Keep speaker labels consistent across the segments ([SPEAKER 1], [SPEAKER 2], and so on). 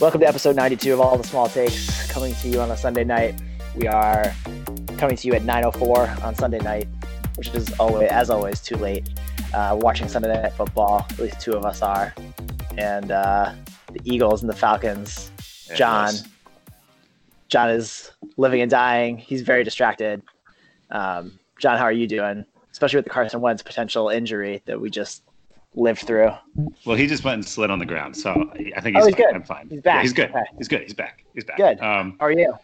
[SPEAKER 1] Welcome to episode 92 of All the Small Takes, coming to you on a Sunday night. We are coming to you at 9.04 on Sunday night, which is always, as always, too late. Uh, watching Sunday Night Football, at least two of us are. And uh, the Eagles and the Falcons.
[SPEAKER 2] Yeah,
[SPEAKER 1] John.
[SPEAKER 2] nice.
[SPEAKER 1] John is living and dying. He's very distracted. Um, John, how are you doing? Especially with the Carson Wentz potential injury that we just lived through.
[SPEAKER 2] Well, he just went and slid on the ground, so I think
[SPEAKER 1] Oh,
[SPEAKER 2] he's,
[SPEAKER 1] he's
[SPEAKER 2] fine.
[SPEAKER 1] good.
[SPEAKER 2] I'm fine.
[SPEAKER 1] He's back.
[SPEAKER 2] Yeah, he's good.
[SPEAKER 1] Okay.
[SPEAKER 2] He's good. He's back. He's back.
[SPEAKER 1] Good.
[SPEAKER 2] Um,
[SPEAKER 1] How are you?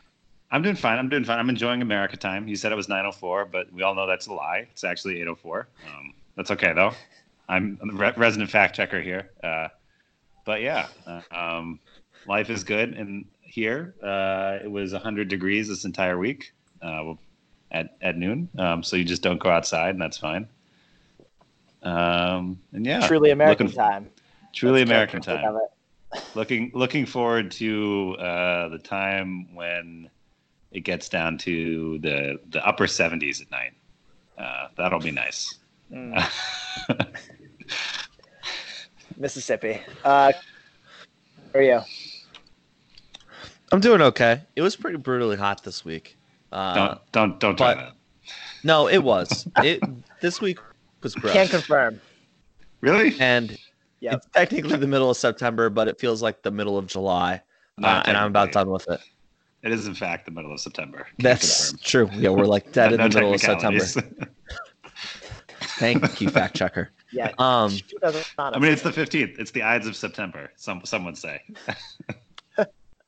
[SPEAKER 2] I'm doing fine. I'm doing fine. I'm enjoying America time. You said it was 9:04, but we all know that's a lie. It's actually 8:04. Um, that's okay though. I'm a re- resident fact checker here. Uh, but yeah, uh, um, life is good. And here, uh, it was 100 degrees this entire week uh, well, at at noon. Um, so you just don't go outside, and that's fine. Um, and yeah,
[SPEAKER 1] Truly American
[SPEAKER 2] looking-
[SPEAKER 1] time.
[SPEAKER 2] Truly
[SPEAKER 1] That's what I
[SPEAKER 2] American
[SPEAKER 1] think
[SPEAKER 2] time
[SPEAKER 1] of it.
[SPEAKER 2] looking looking forward to uh, the time when it gets down to the the upper 70s at night. Uh, that'll be nice.
[SPEAKER 1] Mm. Hmm. Mississippi. Uh, how are you?
[SPEAKER 3] I'm doing okay. It was pretty brutally hot this week. Uh,
[SPEAKER 2] don't don't don't try
[SPEAKER 3] but-
[SPEAKER 2] that.
[SPEAKER 3] no, it was. It this week was gross.
[SPEAKER 1] Can confirm.
[SPEAKER 2] Really?
[SPEAKER 3] and
[SPEAKER 1] Yep.
[SPEAKER 3] it's technically the middle of September, but it feels like the middle of July, uh,
[SPEAKER 2] Not
[SPEAKER 3] and I'm about
[SPEAKER 2] technically.
[SPEAKER 3] done with it.
[SPEAKER 2] It is in fact the middle of September. Can't
[SPEAKER 3] That's
[SPEAKER 2] confirm.
[SPEAKER 3] true. Yeah, we're like dead in
[SPEAKER 2] No
[SPEAKER 3] the middle of September.
[SPEAKER 2] technicalities.
[SPEAKER 3] Thank you, fact checker.
[SPEAKER 1] Yeah.
[SPEAKER 3] Um,
[SPEAKER 1] She doesn't-
[SPEAKER 2] I mean, it's the 15th. It's the Ides of September. Some some would say.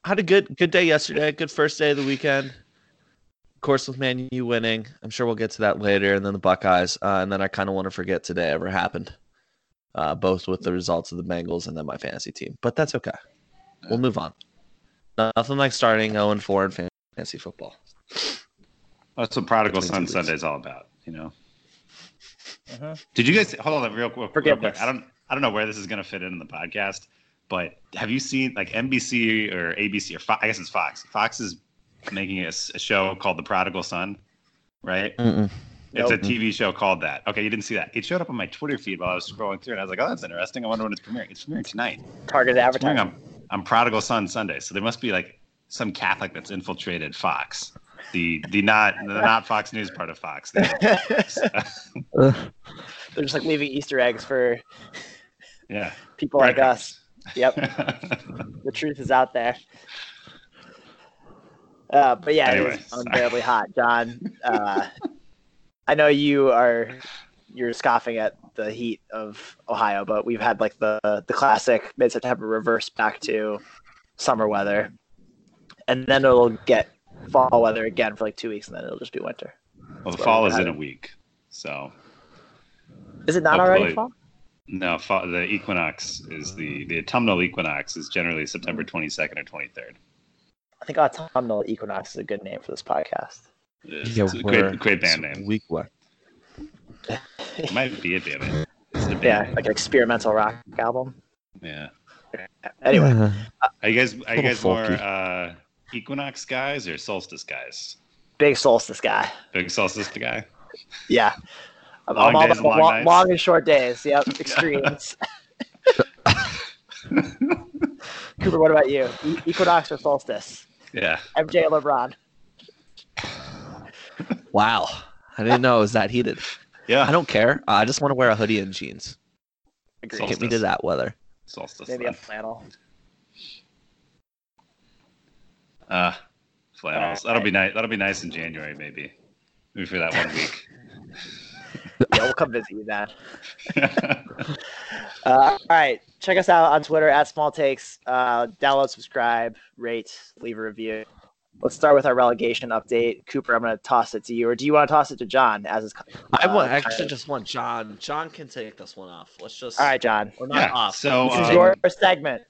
[SPEAKER 3] had a good good day yesterday. Good first day of the weekend. Of course, with Man U winning, I'm sure we'll get to that later, and then the Buckeyes, uh, and then I kind of want to forget today ever happened, uh, both with the results of the Bengals and then my fantasy team. But that's okay. We'll move on. Nothing like starting 0 and 4 in fan- fantasy football.
[SPEAKER 2] That's what Prodigal
[SPEAKER 3] Between
[SPEAKER 2] Son
[SPEAKER 3] two
[SPEAKER 2] Sunday's
[SPEAKER 3] weeks.
[SPEAKER 2] all about, you know.
[SPEAKER 1] Mhm.
[SPEAKER 2] Did you guys hold on real quick? Real quick.
[SPEAKER 1] Forgiveness.
[SPEAKER 2] I don't I don't know where this is gonna fit in, in the podcast, but have you seen like NBC or ABC or Fo- I guess it's Fox? Fox is making a, s- a show called The Prodigal Son, right?
[SPEAKER 3] Mm-mm.
[SPEAKER 2] It's
[SPEAKER 1] Nope.
[SPEAKER 2] a TV show called that. Okay, you didn't see that. It showed up on my Twitter feed while I was scrolling through, and I was like, "Oh, that's interesting. I wonder when it's premiering. It's premiering tonight.
[SPEAKER 1] targeted
[SPEAKER 2] It's premiering
[SPEAKER 1] advertising.
[SPEAKER 2] on, on Prodigal Son Sunday. So there must be like some Catholic that's infiltrated Fox, the the not the not Fox News part of Fox. The
[SPEAKER 1] They're just like leaving Easter eggs for
[SPEAKER 2] Yeah.
[SPEAKER 1] people like us. Yep. the truth is out there. Uh, but yeah,
[SPEAKER 2] Anyway,
[SPEAKER 1] it is
[SPEAKER 2] sorry.
[SPEAKER 1] unbearably hot, John. Uh, I know you are you're scoffing at the heat of Ohio, but we've had like the the classic mid September reverse back to summer weather, and then it'll get fall weather again for like two weeks, and then it'll just be winter.
[SPEAKER 2] well,
[SPEAKER 1] That's
[SPEAKER 2] the fall
[SPEAKER 1] what
[SPEAKER 2] is
[SPEAKER 1] I
[SPEAKER 2] in a week, so
[SPEAKER 1] Is it not
[SPEAKER 2] Oh,
[SPEAKER 1] already
[SPEAKER 2] boy.
[SPEAKER 1] fall?
[SPEAKER 2] no. Fall, the equinox is the the autumnal equinox is generally September twenty second or twenty third.
[SPEAKER 1] I think autumnal equinox is a good name for this podcast.
[SPEAKER 2] it's a great, great band name.
[SPEAKER 3] Week one.
[SPEAKER 2] It might be a band name. Is it a
[SPEAKER 1] Yeah,
[SPEAKER 2] band
[SPEAKER 1] like an experimental rock album.
[SPEAKER 2] name?
[SPEAKER 1] Anyway,
[SPEAKER 2] Yeah. Are you guys are you
[SPEAKER 3] Little
[SPEAKER 2] guys more
[SPEAKER 3] folky.
[SPEAKER 2] uh, equinox guys or solstice guys?
[SPEAKER 1] big solstice guy.
[SPEAKER 2] Big solstice guy.
[SPEAKER 1] Yeah. I'm
[SPEAKER 2] Long
[SPEAKER 1] all about
[SPEAKER 2] days and long
[SPEAKER 1] long,
[SPEAKER 2] nights.
[SPEAKER 1] long and short days. Yep. Extremes. Cooper, what about you? E- Equinox or solstice?
[SPEAKER 2] Yeah.
[SPEAKER 1] MJ or LeBron?
[SPEAKER 3] Wow, I didn't know it was that heated.
[SPEAKER 2] Yeah.
[SPEAKER 3] I don't care. I just want to wear a hoodie and jeans.
[SPEAKER 1] Agreed.
[SPEAKER 3] Get
[SPEAKER 2] Solstice.
[SPEAKER 3] me to that weather.
[SPEAKER 2] solstice.
[SPEAKER 1] Maybe a
[SPEAKER 2] then.
[SPEAKER 1] flannel.
[SPEAKER 2] Uh, flannels.
[SPEAKER 1] All
[SPEAKER 2] That'll be nice. That'll be nice in January, maybe. Maybe for that one week.
[SPEAKER 1] Yeah, we'll come visit you then. Uh, all right. Check us out on Twitter at Small Takes. Uh, download, subscribe, rate, leave a review. Let's start with our relegation update. Cooper, I'm going to toss it to you, or do you want to toss it to John? As is,
[SPEAKER 3] I
[SPEAKER 1] uh,
[SPEAKER 3] want,
[SPEAKER 1] kind
[SPEAKER 3] actually
[SPEAKER 1] of-
[SPEAKER 3] just want John. John can take this one off. Let's just.
[SPEAKER 1] All right, John.
[SPEAKER 3] Or not
[SPEAKER 2] yeah.
[SPEAKER 3] off.
[SPEAKER 2] So
[SPEAKER 1] This is
[SPEAKER 2] um,
[SPEAKER 1] your segment.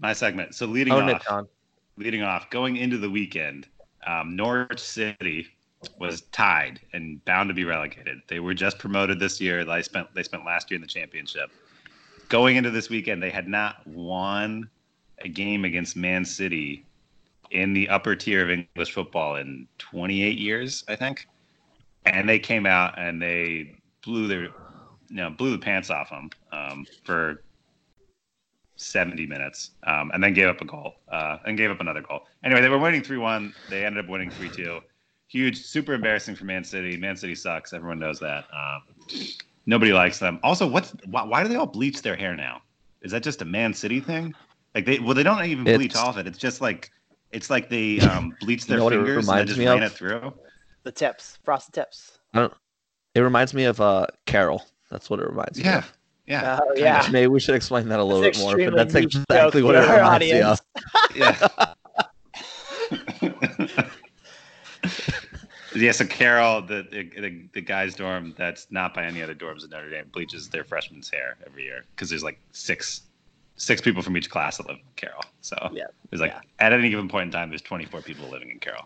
[SPEAKER 2] my segment. So leading
[SPEAKER 3] Own it,
[SPEAKER 2] off,
[SPEAKER 3] John.
[SPEAKER 2] leading off, going into the weekend, um, Norwich City was tied and bound to be relegated. They were just promoted this year. They spent they spent last year in the championship. Going into this weekend, they had not won a game against Man City in the upper tier of English football in 28 years, I think. And they came out and they blew their, you know, blew the pants off them um, for 70 minutes, um, and then gave up a goal uh, and gave up another goal. Anyway, they were winning 3 1. They ended up winning 3 2. Huge, super embarrassing for Man City. Man City sucks. Everyone knows that. Um, nobody likes them. Also, what's why, why do they all bleach their hair now? Is that just a Man City thing? Like they well, they don't even bleach
[SPEAKER 3] It's-
[SPEAKER 2] off it. It's just like it's like they um, bleach their
[SPEAKER 3] know what it
[SPEAKER 2] fingers and they
[SPEAKER 3] reminds
[SPEAKER 2] just
[SPEAKER 3] me
[SPEAKER 2] ran
[SPEAKER 3] of?
[SPEAKER 2] it through.
[SPEAKER 1] The tips, frosted tips.
[SPEAKER 3] It reminds me of uh, Carol. That's what it reminds me.
[SPEAKER 2] Yeah,
[SPEAKER 3] of.
[SPEAKER 2] yeah,
[SPEAKER 1] Oh
[SPEAKER 2] Yeah.
[SPEAKER 1] yeah.
[SPEAKER 3] Maybe we should explain that a little
[SPEAKER 1] That's
[SPEAKER 3] bit more, but
[SPEAKER 1] extremely
[SPEAKER 3] that's
[SPEAKER 1] new
[SPEAKER 3] exactly
[SPEAKER 1] joke
[SPEAKER 3] what it
[SPEAKER 1] to our
[SPEAKER 3] reminds me of.
[SPEAKER 1] audience.
[SPEAKER 2] yeah. yeah, so Carol, the, the the the guys' dorm that's not by any other dorms in Notre Dame bleaches their freshmen's hair every year because there's like six six people from each class that live in Carol. So
[SPEAKER 1] Yeah,
[SPEAKER 2] there's like
[SPEAKER 1] yeah.
[SPEAKER 2] at any given point in time, there's 24 people living in Carol,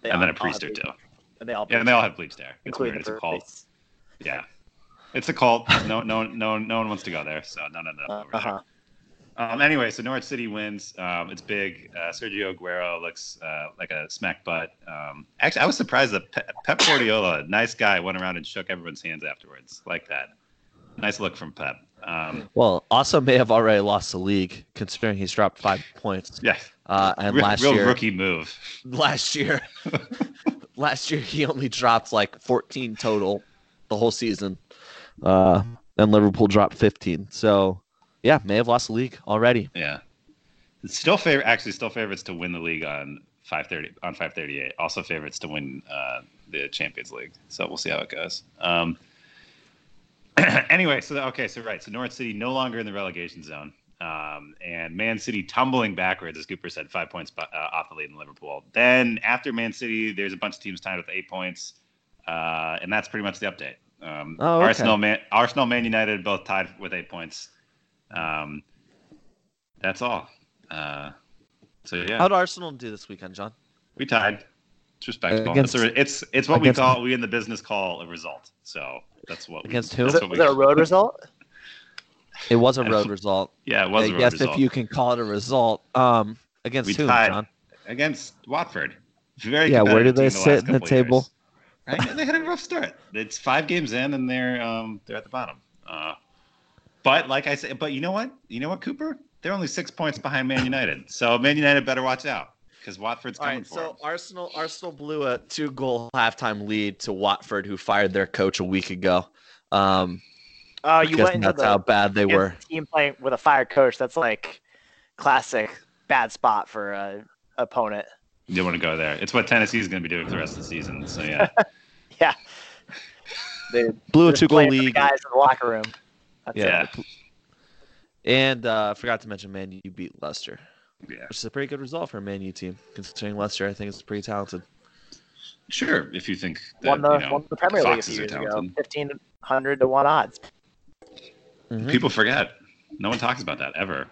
[SPEAKER 1] They
[SPEAKER 2] and then
[SPEAKER 1] all-
[SPEAKER 2] a priest
[SPEAKER 1] all have
[SPEAKER 2] or two.
[SPEAKER 1] these- And they all,
[SPEAKER 2] Yeah, and they all have bleached hair. It's
[SPEAKER 1] including
[SPEAKER 2] weird. It's
[SPEAKER 1] the
[SPEAKER 2] a cult.
[SPEAKER 1] priests.
[SPEAKER 2] Yeah, it's a cult. No, no, no, no one wants to go there. So no, no, no.
[SPEAKER 1] Uh
[SPEAKER 2] over there.
[SPEAKER 1] huh.
[SPEAKER 2] Um, anyway, so Norwich City wins. Um, it's big. Uh, Sergio Aguero looks uh, like a smack butt. Um, actually, I was surprised that Pe- Pep Guardiola, nice guy, went around and shook everyone's hands afterwards. Like that. Nice look from Pep. Um,
[SPEAKER 3] Well, also may have already lost the league considering he's dropped five points.
[SPEAKER 2] yeah.
[SPEAKER 3] Uh, and
[SPEAKER 2] real,
[SPEAKER 3] last
[SPEAKER 2] real
[SPEAKER 3] year,
[SPEAKER 2] rookie move.
[SPEAKER 3] last year, last year he only dropped like 14 total the whole season, uh, and Liverpool dropped 15. So, yeah, may have lost the league already.
[SPEAKER 2] Yeah. Still favor actually still favorites to win the league on 530 on 538. Also favorites to win uh, the Champions League. So we'll see how it goes. Um, anyway, so okay, so right, so North City no longer in the relegation zone. Um, and Man City tumbling backwards, as Cooper said, five points uh, off the lead in Liverpool. Then after Man City, there's a bunch of teams tied with eight points, uh, and that's pretty much the update. Um,
[SPEAKER 3] Oh, okay.
[SPEAKER 2] Arsenal, Man, Arsenal, Man United both tied with eight points. Um, that's all. Uh, so yeah,
[SPEAKER 3] How'd Arsenal do this weekend, John?
[SPEAKER 2] we tied. It's respectable.
[SPEAKER 3] Against-
[SPEAKER 2] it's, a, it's it's what
[SPEAKER 3] against-
[SPEAKER 2] we call we in the business call a result. So that's what
[SPEAKER 3] Against
[SPEAKER 2] we,
[SPEAKER 3] who?
[SPEAKER 2] That's
[SPEAKER 1] Is it,
[SPEAKER 2] what
[SPEAKER 1] was
[SPEAKER 2] we,
[SPEAKER 1] it a road result?
[SPEAKER 3] It was a
[SPEAKER 2] I
[SPEAKER 3] road
[SPEAKER 2] don't-
[SPEAKER 3] result.
[SPEAKER 2] yeah, it was a
[SPEAKER 3] I
[SPEAKER 2] road
[SPEAKER 3] guess
[SPEAKER 2] result.
[SPEAKER 3] if you can call it a result. Um, against
[SPEAKER 2] We
[SPEAKER 3] whom,
[SPEAKER 2] tied.
[SPEAKER 3] John?
[SPEAKER 2] against Watford. Very
[SPEAKER 3] Yeah, where
[SPEAKER 2] competitive
[SPEAKER 3] do they
[SPEAKER 2] team
[SPEAKER 3] sit
[SPEAKER 2] last
[SPEAKER 3] in the
[SPEAKER 2] couple
[SPEAKER 3] table?
[SPEAKER 2] years. Right? They had a rough start. It's five games in, and they're um, they're at the bottom. Uh, but like I said, but you know what? You know what, Cooper? They're only six points behind Man United. So Man United better watch out because Watford's
[SPEAKER 3] All
[SPEAKER 2] coming
[SPEAKER 3] right,
[SPEAKER 2] for them.
[SPEAKER 3] so Arsenal Arsenal blew a two goal halftime lead to Watford, who fired their coach a week ago. Um,
[SPEAKER 1] Oh, you
[SPEAKER 3] because
[SPEAKER 1] went into
[SPEAKER 3] that's
[SPEAKER 1] the
[SPEAKER 3] how bad they
[SPEAKER 1] against
[SPEAKER 3] were.
[SPEAKER 1] a team playing with a fire coach. That's like classic bad spot for a opponent.
[SPEAKER 2] You don't want to go there. It's what Tennessee's going to be doing for the rest of the season. So yeah,
[SPEAKER 1] Yeah,
[SPEAKER 3] Blew a
[SPEAKER 1] just
[SPEAKER 3] two goal
[SPEAKER 1] playing for the
[SPEAKER 3] lead,
[SPEAKER 1] guys in the locker room. That's
[SPEAKER 3] Yeah.
[SPEAKER 1] it.
[SPEAKER 2] yeah,
[SPEAKER 3] and uh, forgot to mention Man U beat Leicester,
[SPEAKER 2] yeah.
[SPEAKER 3] which is a pretty good result for a Man U team, considering Leicester. I think is pretty talented.
[SPEAKER 2] Sure, if you think that,
[SPEAKER 1] won the
[SPEAKER 2] you know,
[SPEAKER 1] won the Premier League a
[SPEAKER 2] Foxes
[SPEAKER 1] few
[SPEAKER 2] are
[SPEAKER 1] years ago,
[SPEAKER 2] talented.
[SPEAKER 1] fifteen hundred to one odds.
[SPEAKER 3] Mhm.
[SPEAKER 2] people forget. No one talks about that ever.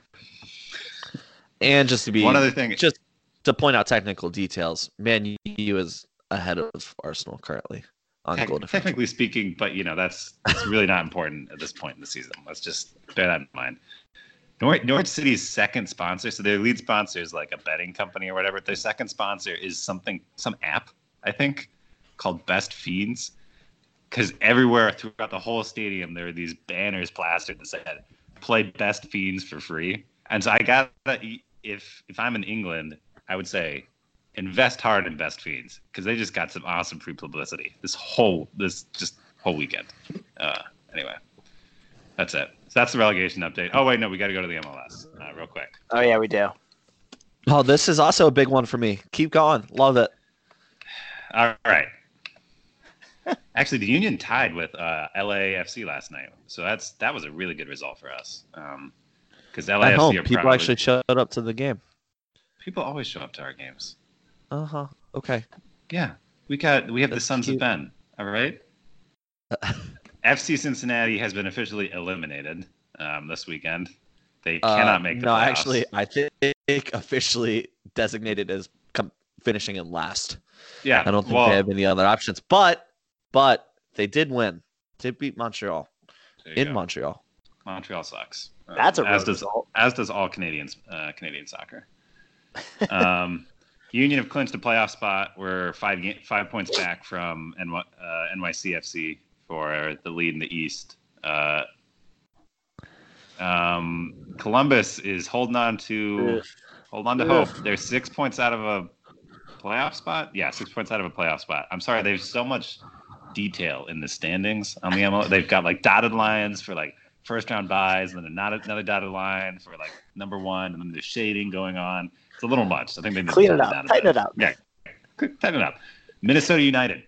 [SPEAKER 3] And just to be
[SPEAKER 2] One other thing,
[SPEAKER 3] just to point out technical details, Man U is ahead of Arsenal currently on
[SPEAKER 2] tec-
[SPEAKER 3] goal difference.
[SPEAKER 2] technically speaking, but you know that's it's really not important at this point in the season. Let's just bear that in mind. North, North City's second sponsor, so their lead sponsor is like a betting company or whatever. Their second sponsor is something, some app, I think, called Best Fiends. Because everywhere throughout the whole stadium, there are these banners plastered that said, play Best Fiends for free. And so I got to, if, if I'm in England, I would say, invest hard in Best Fiends because they just got some awesome free publicity this whole, this just whole weekend. Uh, anyway, that's it. So that's the relegation update. Oh, wait, no, we got to go to the MLS uh, real quick.
[SPEAKER 1] Oh yeah, we do.
[SPEAKER 3] Oh, this is also a big one for me. Keep going, love it.
[SPEAKER 2] All right. Actually, the Union tied with uh, LAFC last night, so that's that was a really good result for us. Um, Because LAFC
[SPEAKER 3] At home,
[SPEAKER 2] are
[SPEAKER 3] people
[SPEAKER 2] probably-
[SPEAKER 3] actually showed up to the game.
[SPEAKER 2] people always show up to our games.
[SPEAKER 3] Uh huh. Okay.
[SPEAKER 2] Yeah, we got we have
[SPEAKER 3] That's
[SPEAKER 2] the Sons
[SPEAKER 3] cute.
[SPEAKER 2] of Ben. All right. FC Cincinnati has been officially eliminated um, this weekend. They
[SPEAKER 3] Uh,
[SPEAKER 2] cannot make the
[SPEAKER 3] no,
[SPEAKER 2] playoffs.
[SPEAKER 3] actually, I think officially designated as com- finishing in last.
[SPEAKER 2] yeah,
[SPEAKER 3] I don't think
[SPEAKER 2] well,
[SPEAKER 3] they have any other options. But, but they did win. Did beat Montreal
[SPEAKER 2] there you
[SPEAKER 3] in
[SPEAKER 2] go.
[SPEAKER 3] Montreal.
[SPEAKER 2] Montreal sucks. Um,
[SPEAKER 1] That's a
[SPEAKER 2] as
[SPEAKER 1] road
[SPEAKER 2] does
[SPEAKER 1] result.
[SPEAKER 2] as does all Canadians uh, Canadian soccer. Um, Union have clinched a playoff spot. We're five ga- five points back from NY, uh, NYCFC for the lead in the East. Uh, Um, Columbus is holding on to hold on to hope. They're six points out of a playoff spot. Yeah, six points out of a playoff spot. I'm sorry, there's so much detail in the standings on the ML. They've got like dotted lines for like first round buys, and then not another dotted line for like number one, and then there's shading going on. It's a little much. I think they need to
[SPEAKER 1] Clean it
[SPEAKER 2] tighten down
[SPEAKER 1] up.
[SPEAKER 2] a
[SPEAKER 1] Tighten
[SPEAKER 2] bit.
[SPEAKER 1] it up.
[SPEAKER 2] Yeah, quick, tighten it up. Minnesota United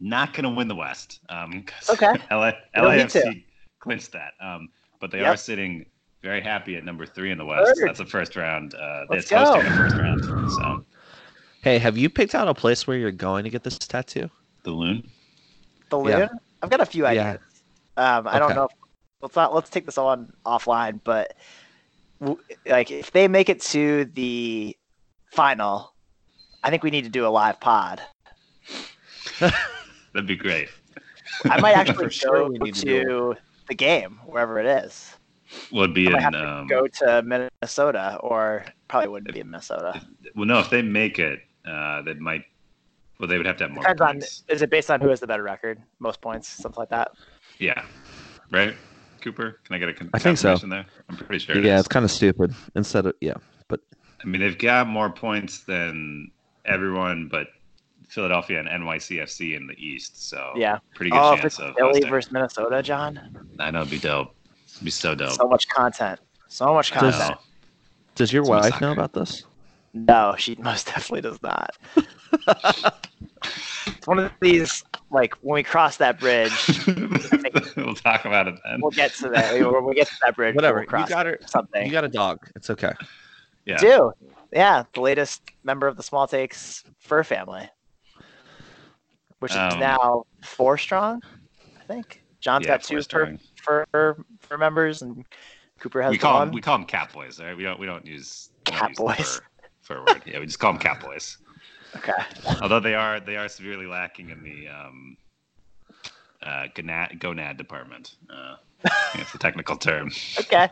[SPEAKER 2] not going to win the West. Um, 'cause
[SPEAKER 1] Okay.
[SPEAKER 2] LA,
[SPEAKER 1] You don't need
[SPEAKER 2] LAFC clinched that, um, but they
[SPEAKER 1] Yep.
[SPEAKER 2] are sitting very happy at number three in the West.
[SPEAKER 1] Third.
[SPEAKER 2] That's a first round. Uh,
[SPEAKER 1] Let's
[SPEAKER 2] it's hosting
[SPEAKER 1] go.
[SPEAKER 2] a first round. So
[SPEAKER 4] Hey, have you picked out a place where you're going to get this tattoo?
[SPEAKER 2] the Loon.
[SPEAKER 1] The
[SPEAKER 4] Yeah.
[SPEAKER 1] Loon? I've got a few ideas.
[SPEAKER 4] Yeah.
[SPEAKER 1] Um, I don't
[SPEAKER 4] Okay.
[SPEAKER 1] know. If, let's not. Let's take this on offline. But w- like, if they make it to the final, I think we need to do a live pod.
[SPEAKER 2] That'd be great.
[SPEAKER 1] I might actually
[SPEAKER 4] For sure we
[SPEAKER 1] go
[SPEAKER 4] need to
[SPEAKER 1] to, the game wherever it is.
[SPEAKER 2] Would be
[SPEAKER 1] I might have
[SPEAKER 2] in.
[SPEAKER 1] to
[SPEAKER 2] Um,
[SPEAKER 1] Go to Minnesota, or probably wouldn't be in Minnesota.
[SPEAKER 2] well, no, if they make it, uh, they might. Well, they would have to have more
[SPEAKER 1] Depends on.
[SPEAKER 2] points.
[SPEAKER 1] Is it based on who has the better record, most points, something like that?
[SPEAKER 2] Yeah, right. Cooper, can I get a con-
[SPEAKER 4] I think so.
[SPEAKER 2] confirmation there? I'm pretty sure. it
[SPEAKER 4] yeah,
[SPEAKER 2] is.
[SPEAKER 4] it's kind of stupid. Instead of yeah,
[SPEAKER 2] I mean, they've got more points than everyone but Philadelphia and NYCFC in the East. So
[SPEAKER 1] Yeah.
[SPEAKER 2] pretty good
[SPEAKER 1] Oh, if
[SPEAKER 2] chance
[SPEAKER 1] it's
[SPEAKER 2] of
[SPEAKER 1] Philly
[SPEAKER 2] hosting.
[SPEAKER 1] versus Minnesota, John.
[SPEAKER 2] I know it'd be dope. It'd be so dope.
[SPEAKER 1] So much content. So much
[SPEAKER 2] I know.
[SPEAKER 1] content.
[SPEAKER 4] does your
[SPEAKER 2] It's
[SPEAKER 4] wife
[SPEAKER 2] soccer.
[SPEAKER 4] know about this?
[SPEAKER 1] No, she most definitely does not. it's one of these like when we cross that bridge,
[SPEAKER 2] we'll talk about it then.
[SPEAKER 1] we'll get to that. we- When we get to that bridge,
[SPEAKER 4] Whatever.
[SPEAKER 1] we'll cross
[SPEAKER 4] you got her.
[SPEAKER 1] something.
[SPEAKER 4] You got a dog. It's okay.
[SPEAKER 2] Yeah.
[SPEAKER 1] Do yeah, the latest member of the Small Takes fur family, which is
[SPEAKER 2] Um,
[SPEAKER 1] now four strong. I think John's
[SPEAKER 2] Yeah,
[SPEAKER 1] got
[SPEAKER 2] four
[SPEAKER 1] two fur,
[SPEAKER 2] starting.
[SPEAKER 1] fur fur members, and Cooper has
[SPEAKER 2] We
[SPEAKER 1] the
[SPEAKER 2] call
[SPEAKER 1] one.
[SPEAKER 2] them we call them cat boys, all right? We don't we don't use we don't
[SPEAKER 1] Cat
[SPEAKER 2] use the
[SPEAKER 1] boys.
[SPEAKER 2] Fur, fur word. Yeah, we just call them cat boys.
[SPEAKER 1] Okay,
[SPEAKER 2] Although they are they are severely lacking in the um, uh, gonad, gonad department. Uh, I think it's the technical term.
[SPEAKER 1] okay.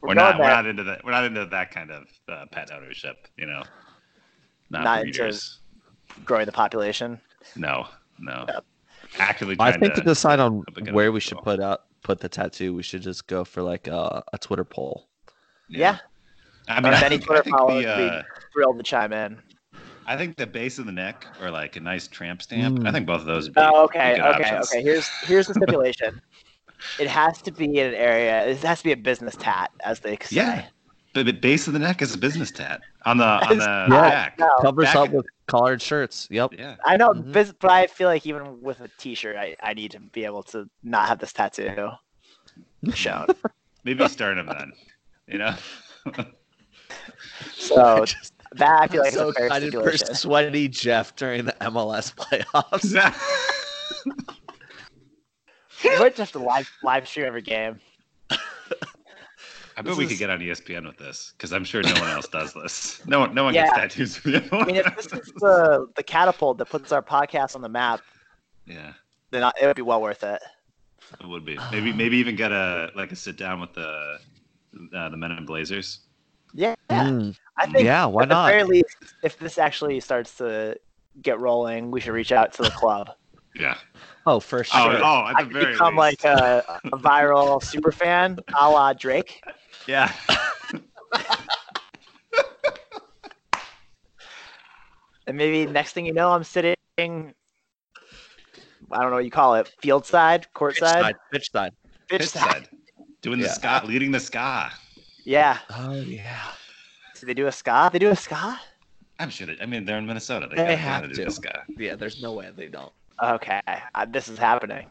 [SPEAKER 2] we're
[SPEAKER 1] going
[SPEAKER 2] not we're
[SPEAKER 1] there.
[SPEAKER 2] not into that we're not into that kind of uh, pet ownership you know not,
[SPEAKER 1] Not into-
[SPEAKER 2] breeders
[SPEAKER 1] growing the population.
[SPEAKER 2] no no
[SPEAKER 1] Yep.
[SPEAKER 2] actively
[SPEAKER 4] I
[SPEAKER 2] trying
[SPEAKER 4] think to decide on
[SPEAKER 2] up against
[SPEAKER 4] where we
[SPEAKER 2] it,
[SPEAKER 4] should
[SPEAKER 2] so.
[SPEAKER 4] put out put the tattoo, we should just go for like a, a Twitter poll.
[SPEAKER 1] Yeah,
[SPEAKER 2] I mean
[SPEAKER 1] Our
[SPEAKER 2] I
[SPEAKER 1] many
[SPEAKER 2] think,
[SPEAKER 1] Twitter
[SPEAKER 2] I, think
[SPEAKER 1] followers
[SPEAKER 2] the, uh,
[SPEAKER 1] thrilled to chime in.
[SPEAKER 2] I think the base of the neck or like a nice tramp stamp
[SPEAKER 4] Mm.
[SPEAKER 2] I think both of those would be
[SPEAKER 1] Oh, okay,
[SPEAKER 2] good
[SPEAKER 1] okay,
[SPEAKER 2] options.
[SPEAKER 1] okay. Here's here's the stipulation. it has to be in an area. It has to be a business tat, as they say.
[SPEAKER 2] yeah but, but base of the neck is a business tat on the on the
[SPEAKER 1] Yeah.
[SPEAKER 2] back
[SPEAKER 1] No,
[SPEAKER 4] Covers
[SPEAKER 2] back-
[SPEAKER 4] up with collared shirts. Yep.
[SPEAKER 2] yeah
[SPEAKER 1] I know,
[SPEAKER 4] Mhm.
[SPEAKER 1] bus- but I feel like even with a T-shirt, I, I need to be able to not have this tattoo shown.
[SPEAKER 2] maybe sternum then you know
[SPEAKER 1] So that I feel like
[SPEAKER 4] so
[SPEAKER 1] is a fair
[SPEAKER 4] excited for
[SPEAKER 1] stipulation.
[SPEAKER 4] sweaty Jeff during the MLS playoffs.
[SPEAKER 1] We might just have to live live stream every game.
[SPEAKER 2] I bet
[SPEAKER 4] This
[SPEAKER 2] we
[SPEAKER 4] is-
[SPEAKER 2] could get on E ESPN with this because I'm sure no one else does this. No one, no one
[SPEAKER 1] Yeah.
[SPEAKER 2] gets tattoos from the
[SPEAKER 1] I mean, if this is the the catapult that puts our podcast on the map,
[SPEAKER 2] Yeah,
[SPEAKER 1] then I, it would be well worth it.
[SPEAKER 2] it would be. Maybe, maybe even get a like a sit down with the uh, the men in blazers.
[SPEAKER 1] Yeah,
[SPEAKER 3] Hmm.
[SPEAKER 4] Mm,
[SPEAKER 1] I think
[SPEAKER 4] yeah, why
[SPEAKER 1] At the very
[SPEAKER 4] not?
[SPEAKER 1] least, if this actually starts to get rolling, we should reach out to the club.
[SPEAKER 2] Yeah.
[SPEAKER 4] Oh, for
[SPEAKER 2] Oh,
[SPEAKER 4] sure.
[SPEAKER 2] oh, at
[SPEAKER 1] I
[SPEAKER 2] the
[SPEAKER 1] could
[SPEAKER 2] very
[SPEAKER 1] become like
[SPEAKER 2] least.
[SPEAKER 1] a, a viral super fan, a la Drake.
[SPEAKER 2] yeah.
[SPEAKER 1] And maybe next thing you know, I'm sitting, I don't know what you call it, field side, court
[SPEAKER 4] Pitch
[SPEAKER 1] side,
[SPEAKER 4] side. Pitch side.
[SPEAKER 1] pitch
[SPEAKER 2] Pitch
[SPEAKER 1] side.
[SPEAKER 2] side. Doing the
[SPEAKER 4] Yeah.
[SPEAKER 2] ska, leading the ska.
[SPEAKER 1] Yeah.
[SPEAKER 4] Oh yeah.
[SPEAKER 1] Do they do a ska? They do a ska?
[SPEAKER 2] I'm sure. That, I mean, they're in Minnesota. They,
[SPEAKER 4] They
[SPEAKER 2] gotta-
[SPEAKER 4] have
[SPEAKER 2] gotta
[SPEAKER 4] to.
[SPEAKER 2] do the ska.
[SPEAKER 4] Yeah, there's no way they don't.
[SPEAKER 1] Okay. I, this is happening.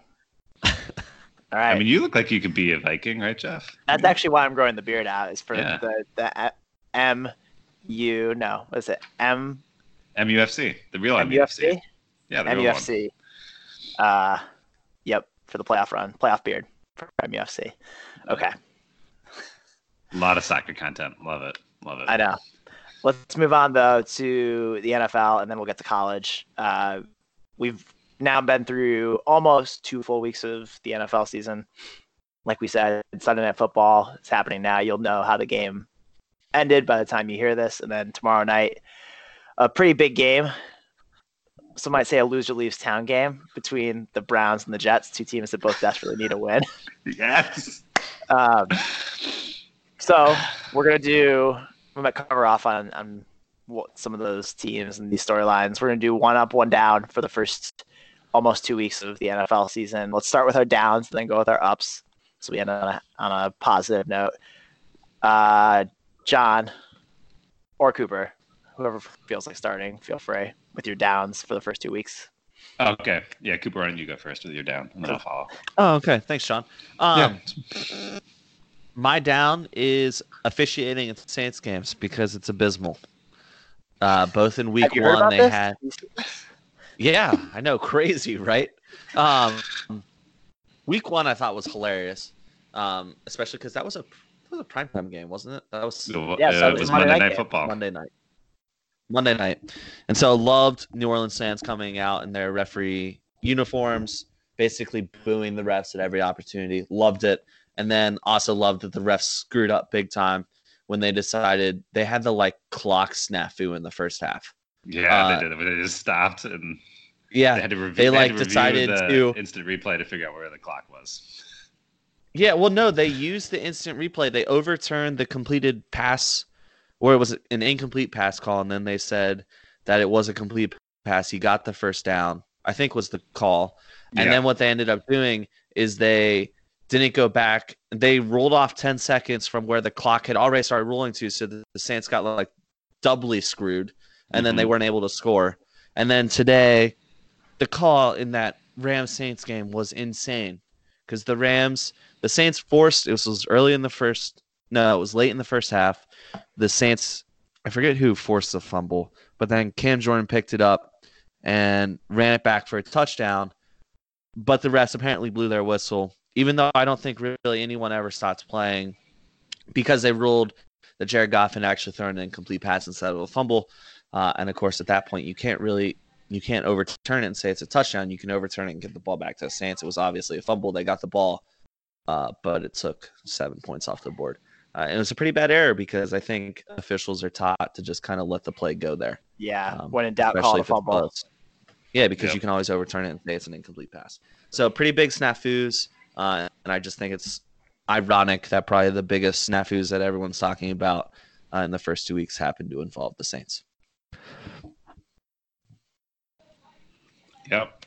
[SPEAKER 1] All right.
[SPEAKER 2] I mean, you look like you could be a Viking, right, Jeff?
[SPEAKER 1] That's actually why I'm growing the beard out, is for
[SPEAKER 2] Yeah.
[SPEAKER 1] the, the M U, no, what is it? M
[SPEAKER 2] MUFC, the real MUFC.
[SPEAKER 1] MUFC?
[SPEAKER 2] Yeah, the real one.
[SPEAKER 1] MUFC. Uh, yep, for the playoff run, playoff beard for MUFC. Okay,
[SPEAKER 2] A lot of soccer content. Love it. Love it.
[SPEAKER 1] I know. Let's move on though to the NFL, and then we'll get to college. Uh, we've now been through almost two full weeks of the NFL season. Like we said, Sunday Night Football is happening now. You'll know how the game ended by the time you hear this, and then tomorrow night, a pretty big game. Some might say a loser leaves town game between the Browns and the Jets, two teams that both desperately need a win.
[SPEAKER 2] Yes.
[SPEAKER 1] Um, so we're gonna do. We might cover off on on what some of those teams and these storylines. We're gonna do one up, one down for the first almost two weeks of the NFL season. Let's start with our downs, and then go with our ups. So we end on a, on a positive note. Uh, John or Cooper, whoever feels like starting, feel free with your downs for the first two weeks.
[SPEAKER 2] Okay. Yeah, Cooper, why don't you go first with your down, and then I'll follow.
[SPEAKER 3] Oh, okay. Thanks, Sean. Um, My down is officiating at Saints games because it's abysmal. Uh, both in week
[SPEAKER 1] you heard
[SPEAKER 3] one
[SPEAKER 1] about
[SPEAKER 3] they
[SPEAKER 1] this?
[SPEAKER 3] had. Yeah, I know, crazy, right? Um, week one I thought was hilarious, um, especially because that was a that was a primetime game, wasn't it? That was
[SPEAKER 1] Yeah,
[SPEAKER 2] yeah,
[SPEAKER 1] so
[SPEAKER 2] uh, it was
[SPEAKER 1] it's
[SPEAKER 2] Monday,
[SPEAKER 1] Monday
[SPEAKER 2] Night,
[SPEAKER 1] night game.
[SPEAKER 2] Football.
[SPEAKER 3] Monday night. Monday night. And so loved New Orleans Saints coming out in their referee uniforms, basically booing the refs at every opportunity. Loved it. And then also loved that the refs screwed up big time when they decided they had the like clock snafu in the first half.
[SPEAKER 2] Yeah,
[SPEAKER 3] Uh,
[SPEAKER 2] they did. it. They just stopped and they
[SPEAKER 3] Yeah.
[SPEAKER 2] had to review.
[SPEAKER 3] they,
[SPEAKER 2] had
[SPEAKER 3] like,
[SPEAKER 2] to review
[SPEAKER 3] decided
[SPEAKER 2] the
[SPEAKER 3] to-
[SPEAKER 2] instant replay to figure out where the clock was.
[SPEAKER 3] Yeah, well no, they used the instant replay. They overturned the completed pass or it was an incomplete pass call and then they said that it was a complete pass. He got the first down. I think was the call. And
[SPEAKER 2] yeah.
[SPEAKER 3] then what they ended up doing is they didn't go back. They rolled off 10 seconds from where the clock had already started rolling to. So the, the Saints got like doubly screwed. And then they weren't able to score. And then today, the call in that Rams Saints game was insane because the Rams, the Saints forced, this was early in the first, no, it was late in the first half. The Saints, I forget who forced the fumble, but then Cam Jordan picked it up and ran it back for a touchdown but the refs apparently blew their whistle, even though I don't think really anyone ever stops playing because they ruled that Jared Goff had actually thrown an incomplete pass instead of a fumble. Uh, and of course, at that point, you can't really you can't overturn it and say it's a touchdown. You can overturn it and get the ball back to the Saints. It was obviously a fumble. They got the ball, uh, but it took seven points off the board. Uh, and it was a pretty bad error because I think officials are taught to just kind of let the play go there.
[SPEAKER 1] Yeah,
[SPEAKER 3] Um,
[SPEAKER 1] when in doubt,
[SPEAKER 3] especially
[SPEAKER 1] call a
[SPEAKER 3] if it's
[SPEAKER 1] fumble.
[SPEAKER 3] close. Yeah, because
[SPEAKER 2] Yep.
[SPEAKER 3] you can always overturn it and say it's an incomplete pass. So pretty big snafus, uh, and I just think it's ironic that probably the biggest snafus that everyone's talking about uh, in the first two weeks happened to involve the Saints.
[SPEAKER 2] Yep.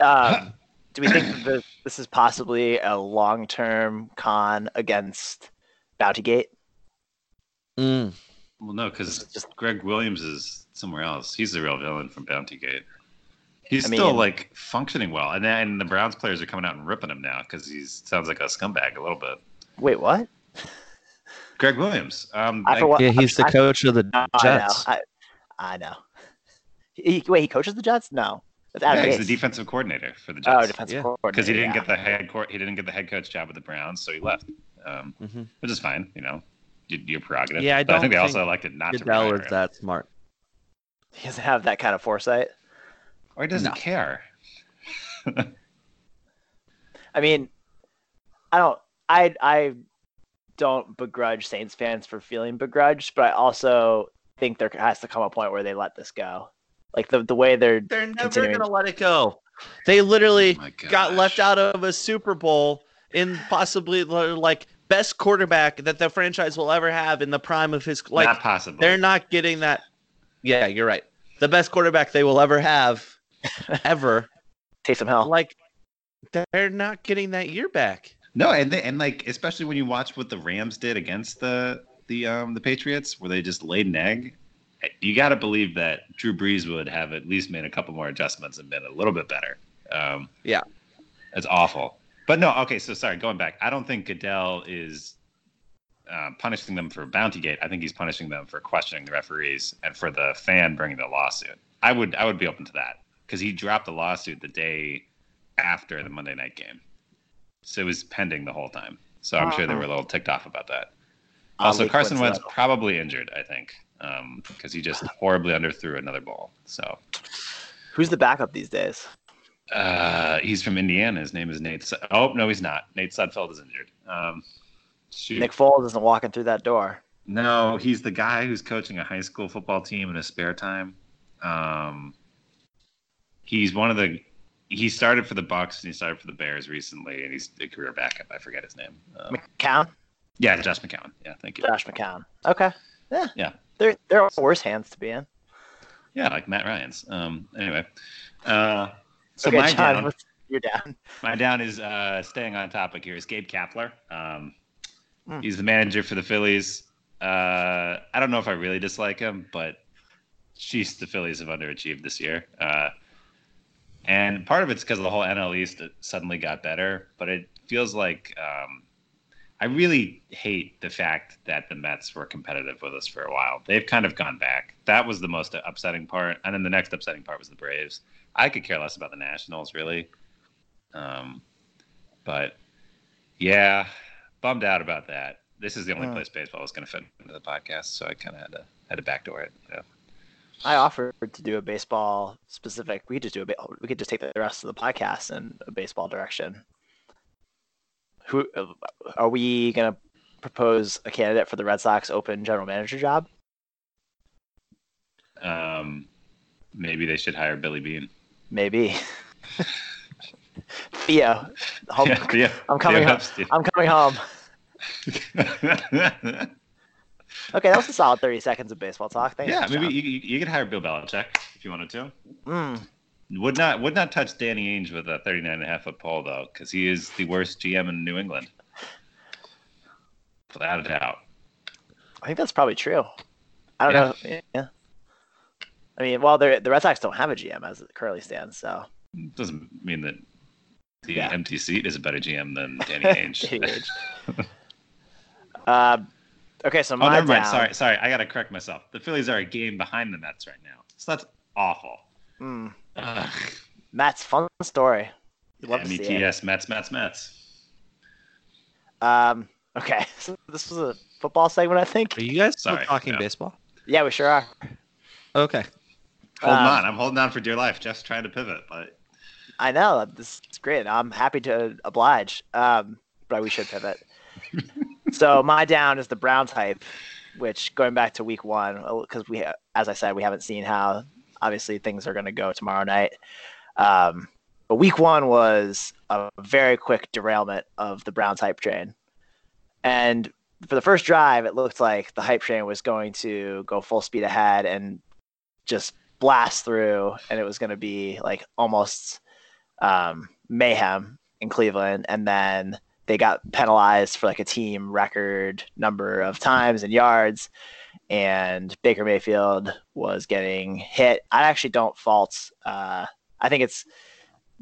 [SPEAKER 1] Um, do we think that this, this is possibly a long-term con against Bountygate?
[SPEAKER 3] Mm,
[SPEAKER 2] Well, no, because
[SPEAKER 1] Just-
[SPEAKER 2] Greg Williams is somewhere else. He's the real villain from Bounty Gate. He's
[SPEAKER 1] I
[SPEAKER 2] still
[SPEAKER 1] mean-
[SPEAKER 2] like functioning well, and then the Browns players are coming out and ripping him now because he sounds like a scumbag a little bit.
[SPEAKER 1] Wait, what?
[SPEAKER 2] Greg Williams. Um,
[SPEAKER 1] I for
[SPEAKER 2] like-
[SPEAKER 1] what?
[SPEAKER 3] yeah, he's the
[SPEAKER 1] I-
[SPEAKER 3] coach of the
[SPEAKER 1] I know.
[SPEAKER 3] Jets.
[SPEAKER 1] I, I know. He, wait, he coaches the Jets? No, that's out
[SPEAKER 2] yeah,
[SPEAKER 1] of
[SPEAKER 2] he's
[SPEAKER 1] Gates.
[SPEAKER 2] the defensive coordinator for the
[SPEAKER 1] Oh,
[SPEAKER 2] Jets.
[SPEAKER 1] defensive
[SPEAKER 3] Yeah.
[SPEAKER 1] coordinator.
[SPEAKER 2] because he didn't
[SPEAKER 1] yeah.
[SPEAKER 2] get the head court, he didn't get the head coach job with the Browns, so he left. Um,
[SPEAKER 3] Mhm.
[SPEAKER 2] Which is fine, you know, y- your prerogative.
[SPEAKER 3] Yeah, I
[SPEAKER 2] But I
[SPEAKER 3] don't
[SPEAKER 2] think they also
[SPEAKER 3] think
[SPEAKER 2] elected not to
[SPEAKER 3] Goodell
[SPEAKER 2] retire
[SPEAKER 3] is
[SPEAKER 2] him.
[SPEAKER 3] that smart.
[SPEAKER 1] He doesn't have that kind of foresight.
[SPEAKER 2] or he doesn't
[SPEAKER 3] No.
[SPEAKER 2] care.
[SPEAKER 1] I mean, I don't. I I don't begrudge Saints fans for feeling begrudged, but I also think there has to come a point where they let this go. Like the the way they're
[SPEAKER 3] They're never
[SPEAKER 1] Continuing.
[SPEAKER 3] gonna let it go. They literally
[SPEAKER 2] Oh my gosh.
[SPEAKER 3] got left out of a Super Bowl in possibly the, like best quarterback that the franchise will ever have in the prime of his like.
[SPEAKER 2] not possible.
[SPEAKER 3] They're not getting that. Yeah, you're right. The best quarterback they will ever have, ever.
[SPEAKER 1] Taysom Hill.
[SPEAKER 3] Like, they're not getting that year back.
[SPEAKER 2] No, and they, and like especially when you watch what the Rams did against the the um the Patriots, where they just laid an egg. You got to believe that Drew Brees would have at least made a couple more adjustments and been a little bit better. Um,
[SPEAKER 3] Yeah.
[SPEAKER 2] it's awful. But no, okay. So sorry, going back. I don't think Goodell is uh, punishing them for Bounty Gate. I think he's punishing them for questioning the referees and for the fan bringing the lawsuit. I would I would be open to that because he dropped the lawsuit the day after the Monday night game. So it was pending the whole time. So I'm
[SPEAKER 1] Uh-huh.
[SPEAKER 2] sure they were a little ticked off about that. Also,
[SPEAKER 1] Oddly
[SPEAKER 2] Carson Wentz
[SPEAKER 1] coincidental.
[SPEAKER 2] probably injured, I think, because he just horribly underthrew another ball. So
[SPEAKER 1] Who's the backup these days?
[SPEAKER 2] uh, he's from Indiana. His name is Nate. Su- oh no, he's not. Nate Sudfeld is injured. Um, shoot.
[SPEAKER 1] Nick Foles isn't walking through that door.
[SPEAKER 2] No, he's the guy who's coaching a high school football team in his spare time. Um, he's one of the he started for the Bucks and he started for the Bears recently, and he's a career backup. I forget his name. Um,
[SPEAKER 1] McCown,
[SPEAKER 2] yeah, Josh McCown. Yeah, thank you.
[SPEAKER 1] Josh McCown. Okay. Yeah.
[SPEAKER 2] Yeah.
[SPEAKER 1] They're they're all worse hands to be in.
[SPEAKER 2] Yeah, like Matt Ryan's. Um, anyway, uh, so
[SPEAKER 1] okay,
[SPEAKER 2] my
[SPEAKER 1] John,
[SPEAKER 2] down,
[SPEAKER 1] what's- you're down.
[SPEAKER 2] my down is uh, staying on topic here is Gabe Kapler. Um,
[SPEAKER 1] Hmm.
[SPEAKER 2] He's the manager for the Phillies. Uh, I don't know if I really dislike him, but she's the Phillies have underachieved this year. Uh, and part of it's because the whole NL East suddenly got better, but it feels like um, I really hate the fact that the Mets were competitive with us for a while. They've kind of gone back. That was the most upsetting part. And then the next upsetting part was the Braves. I could care less about the Nationals, really. Um, but yeah, bummed out about that. This is the only
[SPEAKER 1] Hmm.
[SPEAKER 2] place baseball is going to fit into the podcast, so I kind of had to had to backdoor it. Yeah.
[SPEAKER 1] I offered to do a baseball specific. We could just do a. ba- We could just take the rest of the podcast in a baseball direction. Who are we gonna propose a candidate for the Red Sox open general manager job?
[SPEAKER 2] Um, maybe they should hire Billy Bean.
[SPEAKER 1] Maybe. Theo, home-
[SPEAKER 2] Yeah, yeah,
[SPEAKER 1] I'm coming
[SPEAKER 2] yeah,
[SPEAKER 1] home. I'm coming home. Okay, that was a solid 30 seconds of baseball talk. Thanks,
[SPEAKER 2] yeah, maybe
[SPEAKER 1] John.
[SPEAKER 2] you, you, you could hire Bill Belichick if you wanted to.
[SPEAKER 1] Mm,
[SPEAKER 2] Would not would not touch Danny Ainge with a 39 and a half foot pole though, because he is the worst GM in New England, without a doubt.
[SPEAKER 1] I think that's probably true. I don't know. Yeah. I mean, well, they're- the Red Sox don't have a GM as it currently stands, so
[SPEAKER 2] Doesn't mean that the
[SPEAKER 1] Yeah.
[SPEAKER 2] empty seat is a better GM than Danny Ainge.
[SPEAKER 1] Danny Ainge. uh, okay, so
[SPEAKER 2] oh,
[SPEAKER 1] my
[SPEAKER 2] never mind.
[SPEAKER 1] down-
[SPEAKER 2] Sorry, sorry. I gotta correct myself. The Phillies are a game behind the Mets right now, so that's awful.
[SPEAKER 1] Mm,
[SPEAKER 2] Ugh.
[SPEAKER 1] Matt's fun story. You love to see it.
[SPEAKER 2] METS E Mets Mets Mets.
[SPEAKER 1] Um, okay, so this was a football segment, I think.
[SPEAKER 4] Are you guys still
[SPEAKER 2] Sorry,
[SPEAKER 4] talking
[SPEAKER 2] yeah.
[SPEAKER 4] baseball?
[SPEAKER 1] Yeah, we sure are.
[SPEAKER 4] Okay.
[SPEAKER 2] Holding
[SPEAKER 1] Um,
[SPEAKER 2] on. I'm holding on for dear life. Jeff's trying to pivot, but
[SPEAKER 1] I know this is great. I'm happy to oblige, um, but we should pivot. so my down is the Browns hype, which going back to week one because we, ha- as I said, we haven't seen how obviously things are going to go tomorrow night. Um, but week one was a very quick derailment of the Browns hype train, and for the first drive, it looked like the hype train was going to go full speed ahead and just blast through, and it was going to be like almost um, mayhem in Cleveland, and then they got penalized for like a team record number of times and yards, and Baker Mayfield was getting hit. I actually don't fault. Uh, I think it's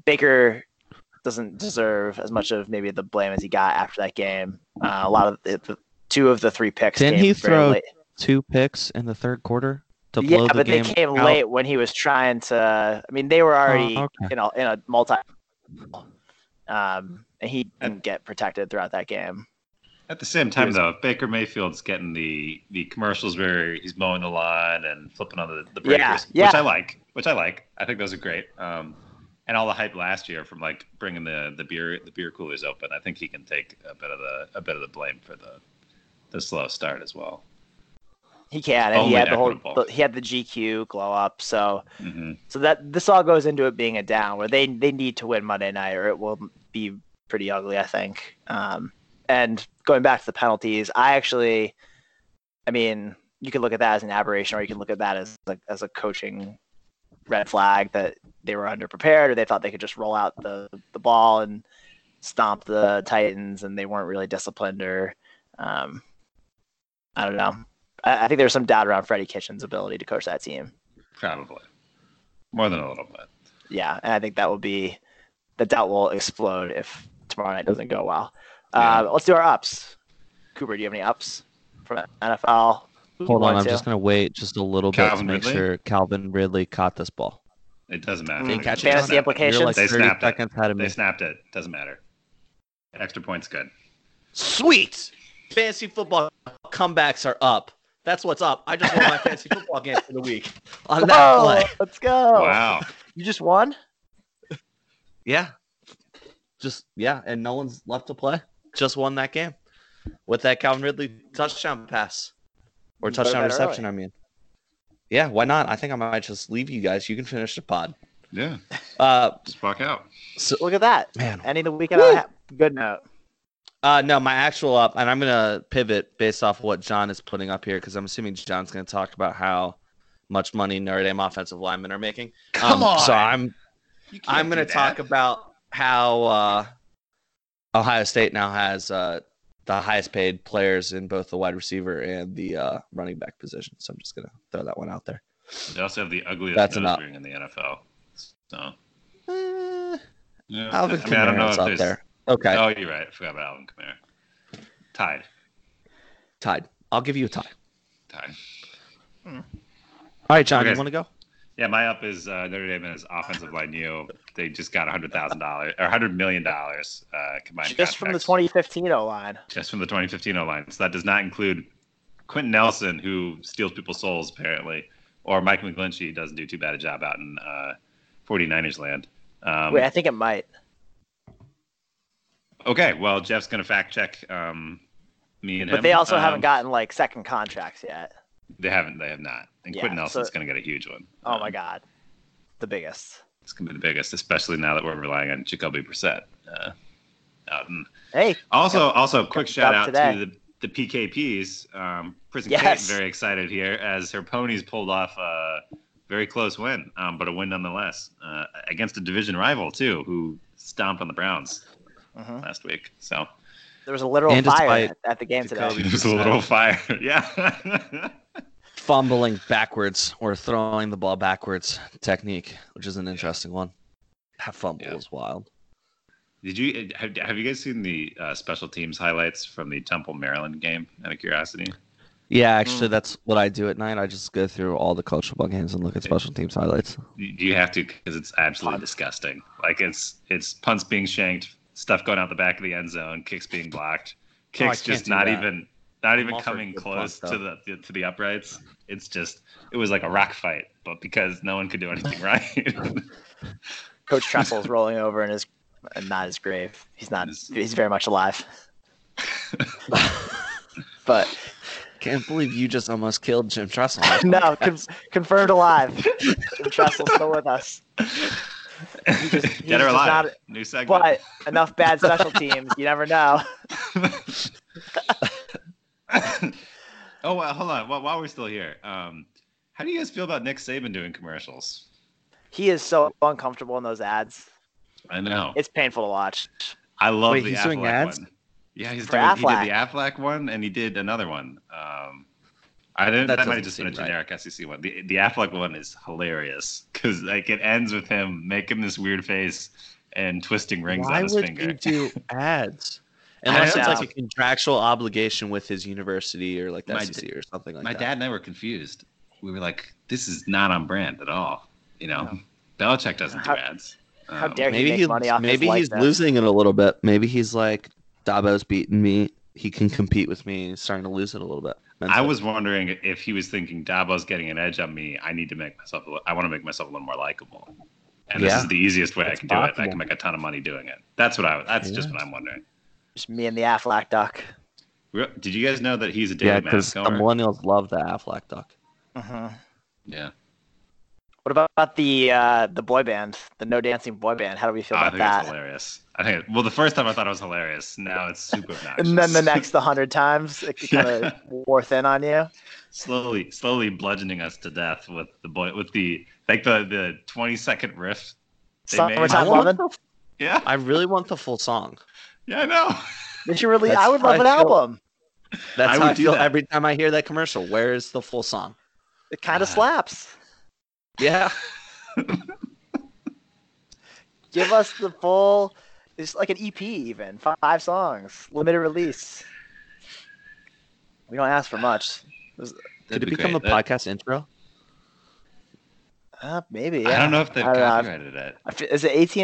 [SPEAKER 1] Baker doesn't deserve as much of maybe the blame as he got after that game. Uh, a lot of the, the two of the three picks.
[SPEAKER 3] Didn't
[SPEAKER 1] came
[SPEAKER 3] he
[SPEAKER 1] very
[SPEAKER 3] throw
[SPEAKER 1] late.
[SPEAKER 3] Two picks in the third quarter to
[SPEAKER 1] Yeah,
[SPEAKER 3] blow the
[SPEAKER 1] but they
[SPEAKER 3] game
[SPEAKER 1] came
[SPEAKER 3] out.
[SPEAKER 1] late when he was trying to. I mean, they were already
[SPEAKER 3] Oh, okay.
[SPEAKER 1] you know in a multi. Um, and he didn't get protected throughout that game.
[SPEAKER 2] at the same time,
[SPEAKER 1] Yes.
[SPEAKER 2] though, if Baker Mayfield's getting the the commercials where he's mowing the lawn and flipping on the, the breakers,
[SPEAKER 1] Yeah, yeah.
[SPEAKER 2] which I like, which I like. I think those are great. Um, and all the hype last year from like bringing the, the beer the beer coolers open. I think he can take a bit of the a bit of the blame for the the slow start as well.
[SPEAKER 1] He can, and he
[SPEAKER 2] Only
[SPEAKER 1] had the whole.
[SPEAKER 2] equitable.
[SPEAKER 1] He had the GQ glow up, so
[SPEAKER 2] hmm
[SPEAKER 1] so that this all goes into it being a down where they they need to win Monday night or it will be pretty ugly, I think. Um, and going back to the penalties, I actually, I mean, you can look at that as an aberration, or you can look at that as like as a coaching red flag that they were underprepared, or they thought they could just roll out the the ball and stomp the Titans, and they weren't really disciplined, or um, I don't know. I, I think there's some doubt around Freddie Kitchen's ability to coach that team.
[SPEAKER 2] Probably more than a little bit.
[SPEAKER 1] Yeah, and I think that will be the doubt will explode if tomorrow night doesn't go well. Uh, let's do our ups. Cooper, do you have any ups from NFL? Who
[SPEAKER 3] Hold
[SPEAKER 1] you
[SPEAKER 3] on,
[SPEAKER 1] want
[SPEAKER 3] I'm
[SPEAKER 1] to?
[SPEAKER 3] just gonna wait just a little
[SPEAKER 2] Calvin
[SPEAKER 3] bit to make
[SPEAKER 2] Ridley?
[SPEAKER 3] sure Calvin Ridley caught this ball.
[SPEAKER 2] It doesn't matter.
[SPEAKER 1] Mm,
[SPEAKER 2] They
[SPEAKER 4] catch
[SPEAKER 2] snapped
[SPEAKER 1] fantasy
[SPEAKER 2] it.
[SPEAKER 1] implications.
[SPEAKER 3] You're like
[SPEAKER 2] They
[SPEAKER 3] 30
[SPEAKER 2] snapped it.
[SPEAKER 3] seconds ahead of
[SPEAKER 2] They
[SPEAKER 3] me.
[SPEAKER 2] snapped it. Doesn't matter. Extra points good.
[SPEAKER 4] Sweet. Fantasy football comebacks are up. That's what's up. I just won my fantasy football game for the week on that
[SPEAKER 1] Whoa,
[SPEAKER 4] play.
[SPEAKER 1] Let's go.
[SPEAKER 2] Wow.
[SPEAKER 1] You just won?
[SPEAKER 4] Yeah. Just yeah, and no one's left to play. Just won that game with that Calvin Ridley touchdown pass or
[SPEAKER 1] You better
[SPEAKER 4] touchdown
[SPEAKER 1] bet early.
[SPEAKER 4] reception. I mean, yeah, why not? I think I might just leave you guys. You can finish the pod.
[SPEAKER 2] Yeah,
[SPEAKER 4] Uh,
[SPEAKER 2] just walk out.
[SPEAKER 1] Look at that.
[SPEAKER 4] man,
[SPEAKER 1] Ending the weekend on
[SPEAKER 4] Woo!
[SPEAKER 1] a ha- good note.
[SPEAKER 4] Uh, no, my actual up, and I'm gonna pivot based off what John is putting up here because I'm assuming John's gonna talk about how much money Notre Dame offensive linemen are making. Um, So I'm
[SPEAKER 2] You can't
[SPEAKER 4] I'm gonna
[SPEAKER 2] do
[SPEAKER 4] talk
[SPEAKER 2] that.
[SPEAKER 4] about how uh, Ohio State now has uh, the highest paid players in both the wide receiver and the uh, running back position. So I'm just gonna throw that one out there.
[SPEAKER 2] They also have the ugliest
[SPEAKER 4] That's
[SPEAKER 2] nose
[SPEAKER 4] enough.
[SPEAKER 2] ring in the NFL. So
[SPEAKER 4] Eh,
[SPEAKER 2] yeah.
[SPEAKER 4] Alvin
[SPEAKER 2] I mean, I don't know
[SPEAKER 4] Kamara's
[SPEAKER 2] if
[SPEAKER 4] up
[SPEAKER 2] there's-
[SPEAKER 4] there. Okay,
[SPEAKER 2] Oh, you're right. I forgot about Alvin Kamara. Tied.
[SPEAKER 4] tied. I'll give you a tie.
[SPEAKER 2] Tied.
[SPEAKER 4] All right, John,
[SPEAKER 2] Okay.
[SPEAKER 4] you want to go?
[SPEAKER 2] Yeah, my up is uh, Notre Dame and his offensive line. You, they just got hundred thousand dollars or hundred million dollars uh, combined.
[SPEAKER 1] Just from the
[SPEAKER 2] contracts.
[SPEAKER 1] 2015 O line.
[SPEAKER 2] Just from the 2015 O line. So that does not include Quentin Nelson, who steals people's souls apparently, or Mike McGlinchey who doesn't do too bad a job out in uh, 49ers land. Um,
[SPEAKER 1] Wait, I think it might.
[SPEAKER 2] okay, well Jeff's gonna fact check um, me and him.
[SPEAKER 1] But they also
[SPEAKER 2] Um,
[SPEAKER 1] haven't gotten like second contracts yet.
[SPEAKER 2] They haven't. They have not. And
[SPEAKER 1] Yeah,
[SPEAKER 2] Quentin Nelson's
[SPEAKER 1] so-
[SPEAKER 2] gonna get a huge one.
[SPEAKER 1] Oh
[SPEAKER 2] Um,
[SPEAKER 1] my God. The biggest.
[SPEAKER 2] It's gonna be the biggest, especially now that we're relying on Jacoby Brissett. Uh, out in
[SPEAKER 1] Hey,
[SPEAKER 2] Also, also, quick
[SPEAKER 1] got
[SPEAKER 2] shout
[SPEAKER 1] job
[SPEAKER 2] out
[SPEAKER 1] today.
[SPEAKER 2] to the, the PKPs. Um, Prison
[SPEAKER 1] Yes.
[SPEAKER 2] Kate very excited here as her ponies pulled off a very close win, um, but a win nonetheless uh, against a division rival too, who stomped on the Browns
[SPEAKER 1] mhm.
[SPEAKER 2] last week. So
[SPEAKER 1] there was a literal
[SPEAKER 3] And
[SPEAKER 1] fire
[SPEAKER 3] despite
[SPEAKER 1] at, at the game today.
[SPEAKER 3] Jacoby-
[SPEAKER 2] it was a little fire. yeah.
[SPEAKER 4] fumbling backwards or throwing the ball backwards technique, which is an interesting one. That fumble
[SPEAKER 2] Yeah.
[SPEAKER 4] is wild.
[SPEAKER 2] Did you eh, have, have you guys seen the uh, special teams highlights from the Temple Maryland game? Out of curiosity,
[SPEAKER 3] Yeah,
[SPEAKER 2] Mm.
[SPEAKER 3] actually, that's what I do at night. I just go through all the college football games and look at special teams highlights.
[SPEAKER 2] you you have to because it's absolutely
[SPEAKER 1] Punts.
[SPEAKER 2] disgusting. Like it's it's punts being shanked, stuff going out the back of the end zone, kicks being blocked,
[SPEAKER 4] Oh, I
[SPEAKER 2] kicks
[SPEAKER 4] can't
[SPEAKER 2] just
[SPEAKER 4] do
[SPEAKER 2] not
[SPEAKER 4] that.
[SPEAKER 2] even not
[SPEAKER 4] I'm
[SPEAKER 2] even
[SPEAKER 4] all for a
[SPEAKER 2] coming
[SPEAKER 4] good
[SPEAKER 2] close
[SPEAKER 4] punt,
[SPEAKER 2] to the to the uprights. It's just it was like a rock fight, but because no one could do anything right.
[SPEAKER 1] Coach Tressel's rolling over in his uh, not his grave. He's not.
[SPEAKER 2] His-
[SPEAKER 1] He's very much alive. but
[SPEAKER 4] Can't believe you just almost killed Jim Tressel.
[SPEAKER 1] no, con- confirmed alive. Jim Tressel's still with us. just- he
[SPEAKER 2] Dead or
[SPEAKER 1] just
[SPEAKER 2] alive?
[SPEAKER 1] not-
[SPEAKER 2] New segment.
[SPEAKER 1] But enough bad special teams. You never know.
[SPEAKER 2] oh, well, hold on. While, while we're still here, um, how do you guys feel about Nick Saban doing commercials?
[SPEAKER 1] He is so uncomfortable in those ads.
[SPEAKER 2] I know.
[SPEAKER 1] It's painful to watch.
[SPEAKER 2] I love
[SPEAKER 3] Wait,
[SPEAKER 2] the
[SPEAKER 3] he's
[SPEAKER 2] Affleck
[SPEAKER 3] doing ads?
[SPEAKER 2] one. Yeah, he's
[SPEAKER 1] For
[SPEAKER 2] doing, he did
[SPEAKER 1] Affleck.
[SPEAKER 2] the Affleck one and he did another one. Um, I didn't.
[SPEAKER 4] That
[SPEAKER 2] That, might
[SPEAKER 4] doesn't
[SPEAKER 2] have just been a
[SPEAKER 4] seem right.
[SPEAKER 2] generic SEC one. The the Affleck one is hilarious because like it ends with him making this weird face and twisting rings
[SPEAKER 4] Why
[SPEAKER 2] on his
[SPEAKER 4] would
[SPEAKER 2] finger.
[SPEAKER 4] you do ads?
[SPEAKER 2] I
[SPEAKER 4] Unless
[SPEAKER 1] don't
[SPEAKER 4] it's like
[SPEAKER 1] know.
[SPEAKER 4] a contractual obligation with his university or like the
[SPEAKER 2] My
[SPEAKER 4] SEC or something like
[SPEAKER 2] My
[SPEAKER 4] that.
[SPEAKER 2] dad and I were confused. We were like, "This is not on brand at all." You know, Belichick doesn't
[SPEAKER 1] How-
[SPEAKER 2] do ads.
[SPEAKER 1] how
[SPEAKER 2] Um,
[SPEAKER 1] dare-
[SPEAKER 3] Maybe
[SPEAKER 1] make
[SPEAKER 3] he,
[SPEAKER 1] money off his
[SPEAKER 3] maybe he's
[SPEAKER 1] likeness.
[SPEAKER 3] losing it a little bit. Maybe he's like Dabo's beating me. He can compete with me. He's starting to lose it a little bit.
[SPEAKER 2] I
[SPEAKER 3] mentally.
[SPEAKER 2] was wondering if he was thinking Dabo's getting an edge on me. I need to make myself. A, li- I want to make myself a little more likable, and this
[SPEAKER 3] Yeah.
[SPEAKER 2] is the easiest way
[SPEAKER 3] That's
[SPEAKER 2] I can do it. I
[SPEAKER 3] possible.
[SPEAKER 2] can make a ton of money doing it. That's what I. was- That's just what I'm wondering.
[SPEAKER 1] Just me and the Affleck duck.
[SPEAKER 2] Re- Did you guys know that he's a daily
[SPEAKER 3] yeah,
[SPEAKER 2] mask
[SPEAKER 3] because the
[SPEAKER 2] owner?
[SPEAKER 3] millennials love the Affleck duck.
[SPEAKER 2] Mm-hmm.
[SPEAKER 1] Mhm.
[SPEAKER 2] yeah,
[SPEAKER 1] What about, about the uh, the boy band, the no dancing boy band? How do we feel
[SPEAKER 2] Ah, I
[SPEAKER 1] about
[SPEAKER 2] think
[SPEAKER 1] that?
[SPEAKER 2] it's hilarious. I think. It, well, the first time I thought it was hilarious. Now it's super obnoxious.
[SPEAKER 1] and then the next 100 times it kind of
[SPEAKER 2] Yeah.
[SPEAKER 1] wore thin on you
[SPEAKER 2] slowly, slowly bludgeoning us to death with the boy with the like the the 20 second riff. They made-
[SPEAKER 1] summertime
[SPEAKER 2] I want
[SPEAKER 1] loving
[SPEAKER 2] Yeah,
[SPEAKER 4] I really want the full song.
[SPEAKER 2] yeah, I know.
[SPEAKER 1] they should really
[SPEAKER 4] That's
[SPEAKER 1] i would
[SPEAKER 4] how
[SPEAKER 1] love
[SPEAKER 4] I
[SPEAKER 1] an
[SPEAKER 4] feel.
[SPEAKER 1] album
[SPEAKER 4] That's
[SPEAKER 2] I
[SPEAKER 4] how
[SPEAKER 2] would
[SPEAKER 4] I
[SPEAKER 2] do
[SPEAKER 4] feel
[SPEAKER 2] that.
[SPEAKER 4] every time I hear that commercial. Where is the full song?
[SPEAKER 1] it kind
[SPEAKER 2] Ah.
[SPEAKER 1] of slaps
[SPEAKER 4] Yeah.
[SPEAKER 1] give us the full it's like an ep even five songs limited release we don't ask for much
[SPEAKER 3] Could
[SPEAKER 2] That'd
[SPEAKER 3] it become
[SPEAKER 2] great.
[SPEAKER 3] a
[SPEAKER 2] That-
[SPEAKER 3] podcast intro?
[SPEAKER 1] uh, maybe
[SPEAKER 2] I
[SPEAKER 1] yeah.
[SPEAKER 2] don't know if they've
[SPEAKER 1] I don't know.
[SPEAKER 2] copyrighted it.
[SPEAKER 1] I fe- is it at&t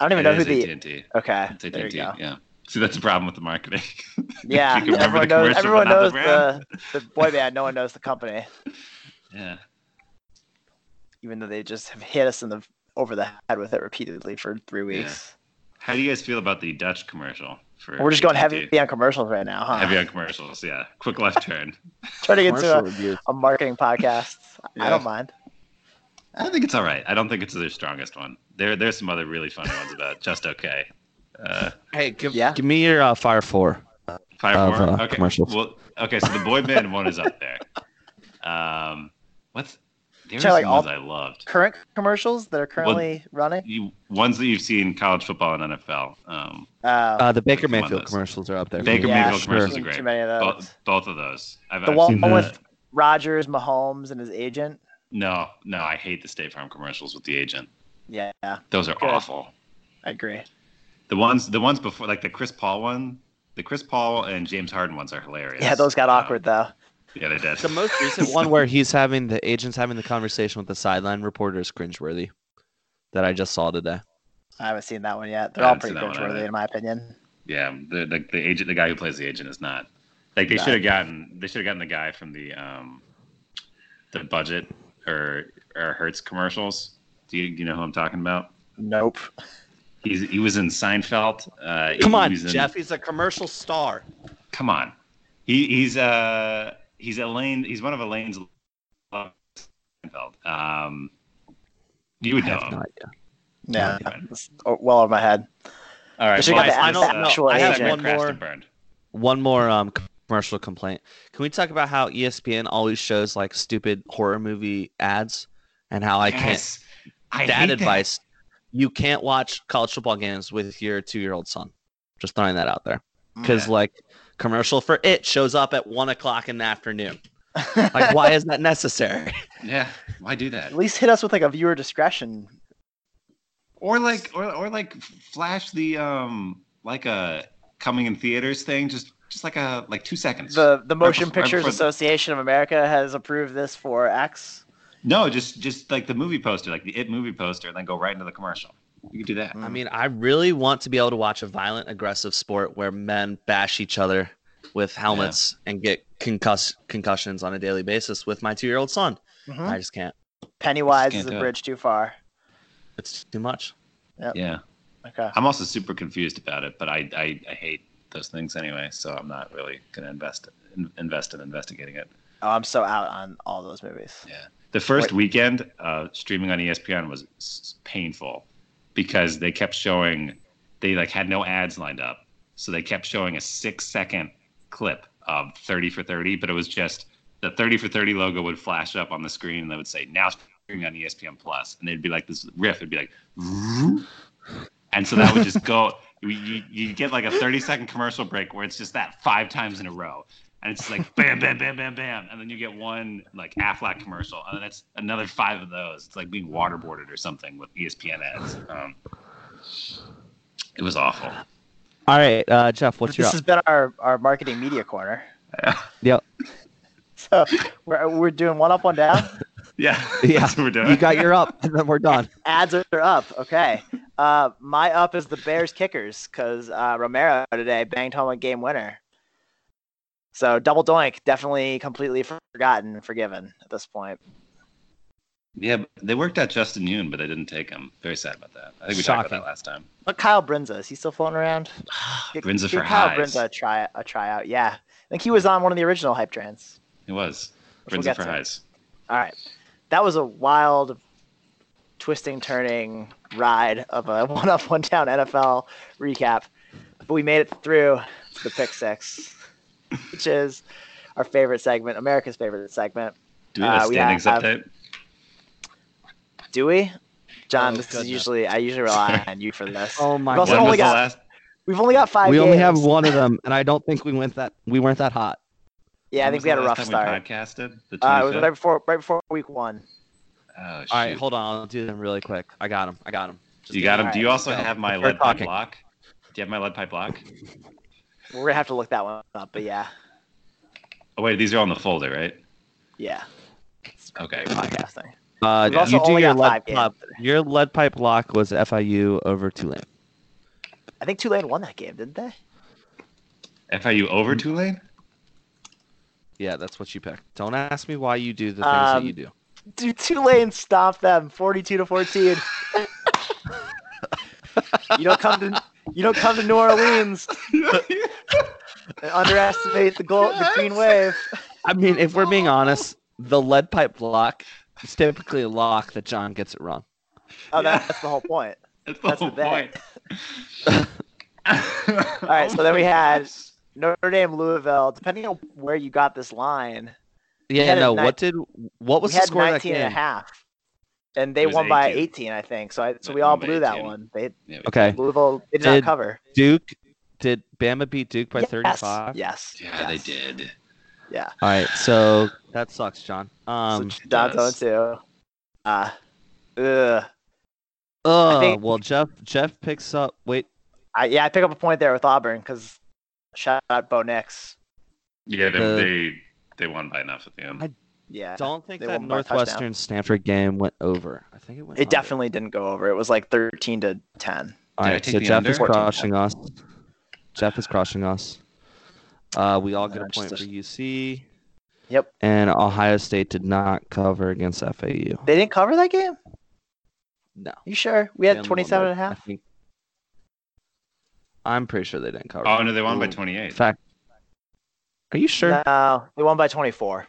[SPEAKER 1] i don't even know who the
[SPEAKER 2] AT&T.
[SPEAKER 1] okay
[SPEAKER 2] It's
[SPEAKER 1] there you
[SPEAKER 2] AT&T.
[SPEAKER 1] go
[SPEAKER 2] Yeah. See, that's the problem with the marketing.
[SPEAKER 1] yeah
[SPEAKER 2] You can remember
[SPEAKER 1] everyone
[SPEAKER 2] the
[SPEAKER 1] knows
[SPEAKER 2] commercial, but
[SPEAKER 1] everyone
[SPEAKER 2] not the
[SPEAKER 1] knows the,
[SPEAKER 2] brand.
[SPEAKER 1] the boy band no one knows the company
[SPEAKER 2] yeah.
[SPEAKER 1] even though they just have hit us in the over the head with it repeatedly for three
[SPEAKER 2] Yeah.
[SPEAKER 1] weeks
[SPEAKER 2] How do you guys feel about the Dutch commercial? For
[SPEAKER 1] We're just going
[SPEAKER 2] AT&T?
[SPEAKER 1] heavy on commercials right now, huh?
[SPEAKER 2] Heavy on commercials. Yeah. Quick left turn.
[SPEAKER 1] Turning into
[SPEAKER 3] Commercial
[SPEAKER 1] a,
[SPEAKER 3] reviews.
[SPEAKER 1] a marketing podcast. I
[SPEAKER 2] Yeah.
[SPEAKER 1] don't mind.
[SPEAKER 2] I think it's all right. I don't think it's their strongest one. There, there's some other really funny ones about just okay. Uh,
[SPEAKER 4] Hey, give,
[SPEAKER 1] Yeah.
[SPEAKER 4] give me your uh, Fire Four.
[SPEAKER 2] Fire
[SPEAKER 3] Of,
[SPEAKER 2] Horn?
[SPEAKER 3] uh,
[SPEAKER 2] okay.
[SPEAKER 3] commercials.
[SPEAKER 2] Well, okay. So the boy band one is up there. Um, what's there are
[SPEAKER 1] Sorry,
[SPEAKER 2] some
[SPEAKER 1] like, all-
[SPEAKER 2] ones I loved.
[SPEAKER 1] Current commercials that are currently running.
[SPEAKER 2] You, ones that you've seen in college football and NFL. Um,
[SPEAKER 1] Uh,
[SPEAKER 3] Uh, the Baker
[SPEAKER 2] Come on,
[SPEAKER 3] Mayfield
[SPEAKER 2] those.
[SPEAKER 3] commercials are up there.
[SPEAKER 2] Baker
[SPEAKER 1] Yeah,
[SPEAKER 2] Mayfield
[SPEAKER 1] sure.
[SPEAKER 2] commercials are
[SPEAKER 1] Seen
[SPEAKER 2] great.
[SPEAKER 1] Too many of
[SPEAKER 2] Bo-
[SPEAKER 1] those.
[SPEAKER 2] both of those. I've,
[SPEAKER 1] the
[SPEAKER 2] I've
[SPEAKER 1] one
[SPEAKER 2] seen
[SPEAKER 3] the-
[SPEAKER 1] with Rogers, Mahomes, and his agent.
[SPEAKER 2] No, no, I hate the State Farm commercials with the agent.
[SPEAKER 1] Yeah, I
[SPEAKER 2] Those are
[SPEAKER 1] Good.
[SPEAKER 2] awful.
[SPEAKER 1] agree.
[SPEAKER 2] The ones, the ones before, like the Chris Paul one, the Chris Paul and James Harden ones are hilarious.
[SPEAKER 1] Yeah, those got
[SPEAKER 2] Um,
[SPEAKER 1] awkward though.
[SPEAKER 2] yeah, they did.
[SPEAKER 3] The most recent one where he's having the agent's having the conversation with the sideline reporter is cringeworthy. That I just saw today.
[SPEAKER 1] I haven't seen that one yet.
[SPEAKER 2] I
[SPEAKER 1] They're all
[SPEAKER 2] haven't
[SPEAKER 1] pretty
[SPEAKER 2] seen that one
[SPEAKER 1] cringeworthy
[SPEAKER 2] either.
[SPEAKER 1] in my opinion.
[SPEAKER 2] Yeah, the, the the agent, the guy who plays the agent, is not. Like they
[SPEAKER 1] Nah.
[SPEAKER 2] should have gotten, they should have gotten the guy from the um, the budget or or Hertz commercials. Do you, you know who I'm talking about?
[SPEAKER 1] Nope.
[SPEAKER 2] He's he was in Seinfeld. Uh, he
[SPEAKER 4] Come on,
[SPEAKER 2] was in-
[SPEAKER 4] Jeff. He's a commercial star.
[SPEAKER 2] Come on. He he's uh he's Elaine. He's one of Elaine's. lovers, Seinfeld. Um, you would
[SPEAKER 3] I
[SPEAKER 2] know
[SPEAKER 3] have
[SPEAKER 2] him.
[SPEAKER 1] Yeah,
[SPEAKER 3] not
[SPEAKER 2] Okay.
[SPEAKER 1] it's o- well over my head.
[SPEAKER 2] All right.
[SPEAKER 1] They should've
[SPEAKER 2] well,
[SPEAKER 1] got the
[SPEAKER 2] I,
[SPEAKER 1] actual-
[SPEAKER 2] I,
[SPEAKER 1] actual
[SPEAKER 2] I have
[SPEAKER 1] agent.
[SPEAKER 2] one
[SPEAKER 4] One more.
[SPEAKER 2] more. Burned.
[SPEAKER 3] one more um commercial complaint. Can we talk about how E ESPN always shows like stupid horror movie ads and how I can't
[SPEAKER 2] Yes. I hate
[SPEAKER 3] dad advice. You can't watch college football games with your two year old son. Just throwing that out there. Because
[SPEAKER 2] Mm, Yeah.
[SPEAKER 3] like commercial for it shows up at one o'clock in the afternoon. Like why is that necessary?
[SPEAKER 2] Yeah. Why do that?
[SPEAKER 1] At least hit us with like a viewer discretion.
[SPEAKER 2] or like or, or like flash the um like a coming in theaters thing just just like a like two seconds
[SPEAKER 1] The the Motion
[SPEAKER 2] before- right
[SPEAKER 1] Pictures
[SPEAKER 2] before-
[SPEAKER 1] Association of America has approved this for X.
[SPEAKER 2] no just just like the movie poster like the it movie poster and then go right into the commercial you could do that
[SPEAKER 3] I mean, I really want to be able to watch a violent, aggressive sport where men bash each other with helmets and get concuss concussions on a daily basis with my two year old son.
[SPEAKER 2] Mm.
[SPEAKER 1] Mhm.
[SPEAKER 3] I just can't.
[SPEAKER 1] Pennywise
[SPEAKER 2] can't
[SPEAKER 1] is
[SPEAKER 2] do
[SPEAKER 1] a
[SPEAKER 2] it.
[SPEAKER 1] bridge too far.
[SPEAKER 3] It's too much.
[SPEAKER 2] yeah
[SPEAKER 1] Okay.
[SPEAKER 2] i'm also super confused about it but i i, I hate those things anyway so i'm not really gonna invest in, invest in investigating it
[SPEAKER 1] Oh, I'm so out on all those movies.
[SPEAKER 2] The first weekend uh, streaming on ESPN was s- painful because they kept showing they like had no ads lined up, so they kept showing a six second clip of thirty for thirty, but it was just the thirty for thirty logo would flash up on the screen and they would say now streaming on E ESPN Plus, and they'd be like this riff, it'd be like, "Vroom." and so that would just go. You, you you get like a thirty second commercial break where it's just that five times in a row and it's just like bam, bam, bam, bam, bam, and then you get one like Aflac commercial, and then it's another five of those. It's like being waterboarded or something with E ESPN ads. Um, it was awful.
[SPEAKER 3] All right, uh, Jeff, what's
[SPEAKER 1] this
[SPEAKER 3] your
[SPEAKER 1] has been our, our marketing media corner.
[SPEAKER 3] Yep.
[SPEAKER 1] So we're, we're doing one up, one down.
[SPEAKER 2] Yeah,
[SPEAKER 3] Yeah.
[SPEAKER 2] that's what we're doing.
[SPEAKER 3] You got your up, and then we're done.
[SPEAKER 1] Ads are up. Okay. Uh, my up is the Bears kickers because uh, Romero today banged home a game winner. So double doink, definitely completely forgotten and forgiven at this point.
[SPEAKER 2] yeah, but they worked out Justin Yoon, but they didn't take him. Very sad about that. I think we talked about
[SPEAKER 3] Shocking.
[SPEAKER 2] that last time.
[SPEAKER 1] But Kyle Brinza, is he still floating around? Get-
[SPEAKER 2] Brinza
[SPEAKER 1] give
[SPEAKER 2] for
[SPEAKER 1] Kyle
[SPEAKER 2] highs.
[SPEAKER 1] Brinza a, try, a tryout. Yeah. I think he was on one of the original hype trains.
[SPEAKER 2] It was
[SPEAKER 1] We'll
[SPEAKER 2] Brinza
[SPEAKER 1] get
[SPEAKER 2] for
[SPEAKER 1] to it.
[SPEAKER 2] highs.
[SPEAKER 1] All right. That was a wild, twisting, turning ride of a one up, one down NFL recap. But we made it through the pick six, which is our favorite segment, America's favorite segment.
[SPEAKER 2] Do we have
[SPEAKER 1] Uh,
[SPEAKER 2] a
[SPEAKER 1] we
[SPEAKER 2] standings
[SPEAKER 1] have-
[SPEAKER 2] update?
[SPEAKER 1] Do we? John,
[SPEAKER 4] Oh,
[SPEAKER 1] this is
[SPEAKER 4] goodness.
[SPEAKER 1] usually I usually rely on you for this.
[SPEAKER 3] Oh my
[SPEAKER 1] We've also
[SPEAKER 2] When
[SPEAKER 1] only
[SPEAKER 2] was the
[SPEAKER 1] got-
[SPEAKER 2] last?
[SPEAKER 1] We've only got five.
[SPEAKER 3] We only have
[SPEAKER 1] games.
[SPEAKER 3] one of them, and I don't think we went that we weren't that hot.
[SPEAKER 1] Yeah, I
[SPEAKER 2] when
[SPEAKER 1] think
[SPEAKER 2] was
[SPEAKER 1] we had
[SPEAKER 2] the
[SPEAKER 1] a
[SPEAKER 2] last
[SPEAKER 1] rough
[SPEAKER 2] time
[SPEAKER 1] start.
[SPEAKER 2] we podcasted the
[SPEAKER 1] Uh, it was
[SPEAKER 2] 25th?
[SPEAKER 1] right before right before week one.
[SPEAKER 2] oh,
[SPEAKER 3] All right,
[SPEAKER 2] shoot.
[SPEAKER 3] hold on, I'll do them really quick. I got him. I got him.
[SPEAKER 2] you got him.
[SPEAKER 1] All
[SPEAKER 2] Do you
[SPEAKER 1] right,
[SPEAKER 2] also
[SPEAKER 3] go.
[SPEAKER 2] have my
[SPEAKER 3] We're
[SPEAKER 2] lead pipe
[SPEAKER 3] talking.
[SPEAKER 2] block? Do you have my lead pipe block?
[SPEAKER 1] We're gonna have to look that one up, but yeah,
[SPEAKER 2] Oh wait, these are all in the folder, right?
[SPEAKER 1] yeah. It's
[SPEAKER 2] Okay.
[SPEAKER 1] Podcasting.
[SPEAKER 3] Uh,
[SPEAKER 1] We've also
[SPEAKER 3] you do
[SPEAKER 1] only
[SPEAKER 3] your
[SPEAKER 1] got
[SPEAKER 3] lead
[SPEAKER 1] five games.
[SPEAKER 3] pipe. Your lead pipe lock was FIU over Tulane.
[SPEAKER 1] I think Tulane won that game, didn't they?
[SPEAKER 2] FIU over Tulane?
[SPEAKER 3] Yeah, that's what you picked. Don't ask me why you do the things that
[SPEAKER 1] Um,
[SPEAKER 3] you do.
[SPEAKER 1] Dude, Tulane stopped them 42 to 14. you don't come to you don't come to New Orleans and underestimate the gold, the green wave.
[SPEAKER 3] I mean, if we're being honest, the lead pipe block It's typically a lock that John gets it wrong.
[SPEAKER 1] Oh, that,
[SPEAKER 2] Yeah.
[SPEAKER 1] that's the whole point.
[SPEAKER 2] That's the
[SPEAKER 1] That's
[SPEAKER 2] whole
[SPEAKER 1] the bet.
[SPEAKER 2] point. All
[SPEAKER 1] right, so then we had- Notre Dame, Louisville. Depending on where you got this line,
[SPEAKER 3] Yeah,
[SPEAKER 1] had a
[SPEAKER 3] no.
[SPEAKER 1] nine-
[SPEAKER 3] what did what was
[SPEAKER 1] we
[SPEAKER 3] the
[SPEAKER 1] had
[SPEAKER 3] score of that
[SPEAKER 1] 19
[SPEAKER 3] game?
[SPEAKER 1] and a half, and they
[SPEAKER 2] It was
[SPEAKER 1] won by
[SPEAKER 2] 18.
[SPEAKER 1] 18, I think. So, I, so
[SPEAKER 2] They
[SPEAKER 1] we all
[SPEAKER 2] won by
[SPEAKER 1] blew that
[SPEAKER 2] 18.
[SPEAKER 1] one. They
[SPEAKER 2] Yeah, we-
[SPEAKER 3] Okay,
[SPEAKER 1] Louisville they did, not
[SPEAKER 3] Did-
[SPEAKER 1] cover
[SPEAKER 3] Duke. Did Bama beat Duke by
[SPEAKER 1] Yes,
[SPEAKER 3] 35?
[SPEAKER 1] Yes.
[SPEAKER 2] Yeah,
[SPEAKER 1] yes,
[SPEAKER 2] they did.
[SPEAKER 1] Yeah.
[SPEAKER 3] All right, so that sucks, John. Um,
[SPEAKER 1] so John's
[SPEAKER 2] yes.
[SPEAKER 1] on two. Uh, ugh.
[SPEAKER 3] oh,
[SPEAKER 1] think-
[SPEAKER 3] well, Jeff Jeff picks up. Wait,
[SPEAKER 1] I, yeah, I pick up a point there with Auburn because shout out Bo Nix.
[SPEAKER 2] Yeah, they,
[SPEAKER 3] The-
[SPEAKER 2] they they won by enough at the end.
[SPEAKER 3] I-
[SPEAKER 1] Yeah,
[SPEAKER 3] don't think
[SPEAKER 1] Uh, they
[SPEAKER 3] that
[SPEAKER 1] won by a touchdown.
[SPEAKER 3] Northwestern Stanford game went over. I think it went.
[SPEAKER 1] it
[SPEAKER 3] under.
[SPEAKER 1] definitely didn't go over. It was like 13 to 10.
[SPEAKER 3] All
[SPEAKER 2] Did I
[SPEAKER 3] right,
[SPEAKER 2] take
[SPEAKER 3] so
[SPEAKER 2] the
[SPEAKER 3] Jeff
[SPEAKER 2] under?
[SPEAKER 3] is crushing us. Jeff is crushing us. Uh, we all get a
[SPEAKER 1] Uh,
[SPEAKER 3] point
[SPEAKER 1] just
[SPEAKER 3] for
[SPEAKER 1] a-
[SPEAKER 3] UC.
[SPEAKER 1] Yep.
[SPEAKER 3] And Ohio State did not cover against FAU.
[SPEAKER 1] They didn't cover that game?
[SPEAKER 3] No.
[SPEAKER 1] You sure? We had
[SPEAKER 3] They only won by-
[SPEAKER 1] 27 and a
[SPEAKER 3] I
[SPEAKER 1] half?
[SPEAKER 3] think- I'm pretty sure they didn't cover.
[SPEAKER 2] Oh no, they won by
[SPEAKER 3] Ooh. In
[SPEAKER 2] 28.
[SPEAKER 3] fact, are you sure?
[SPEAKER 1] No, they won by 24.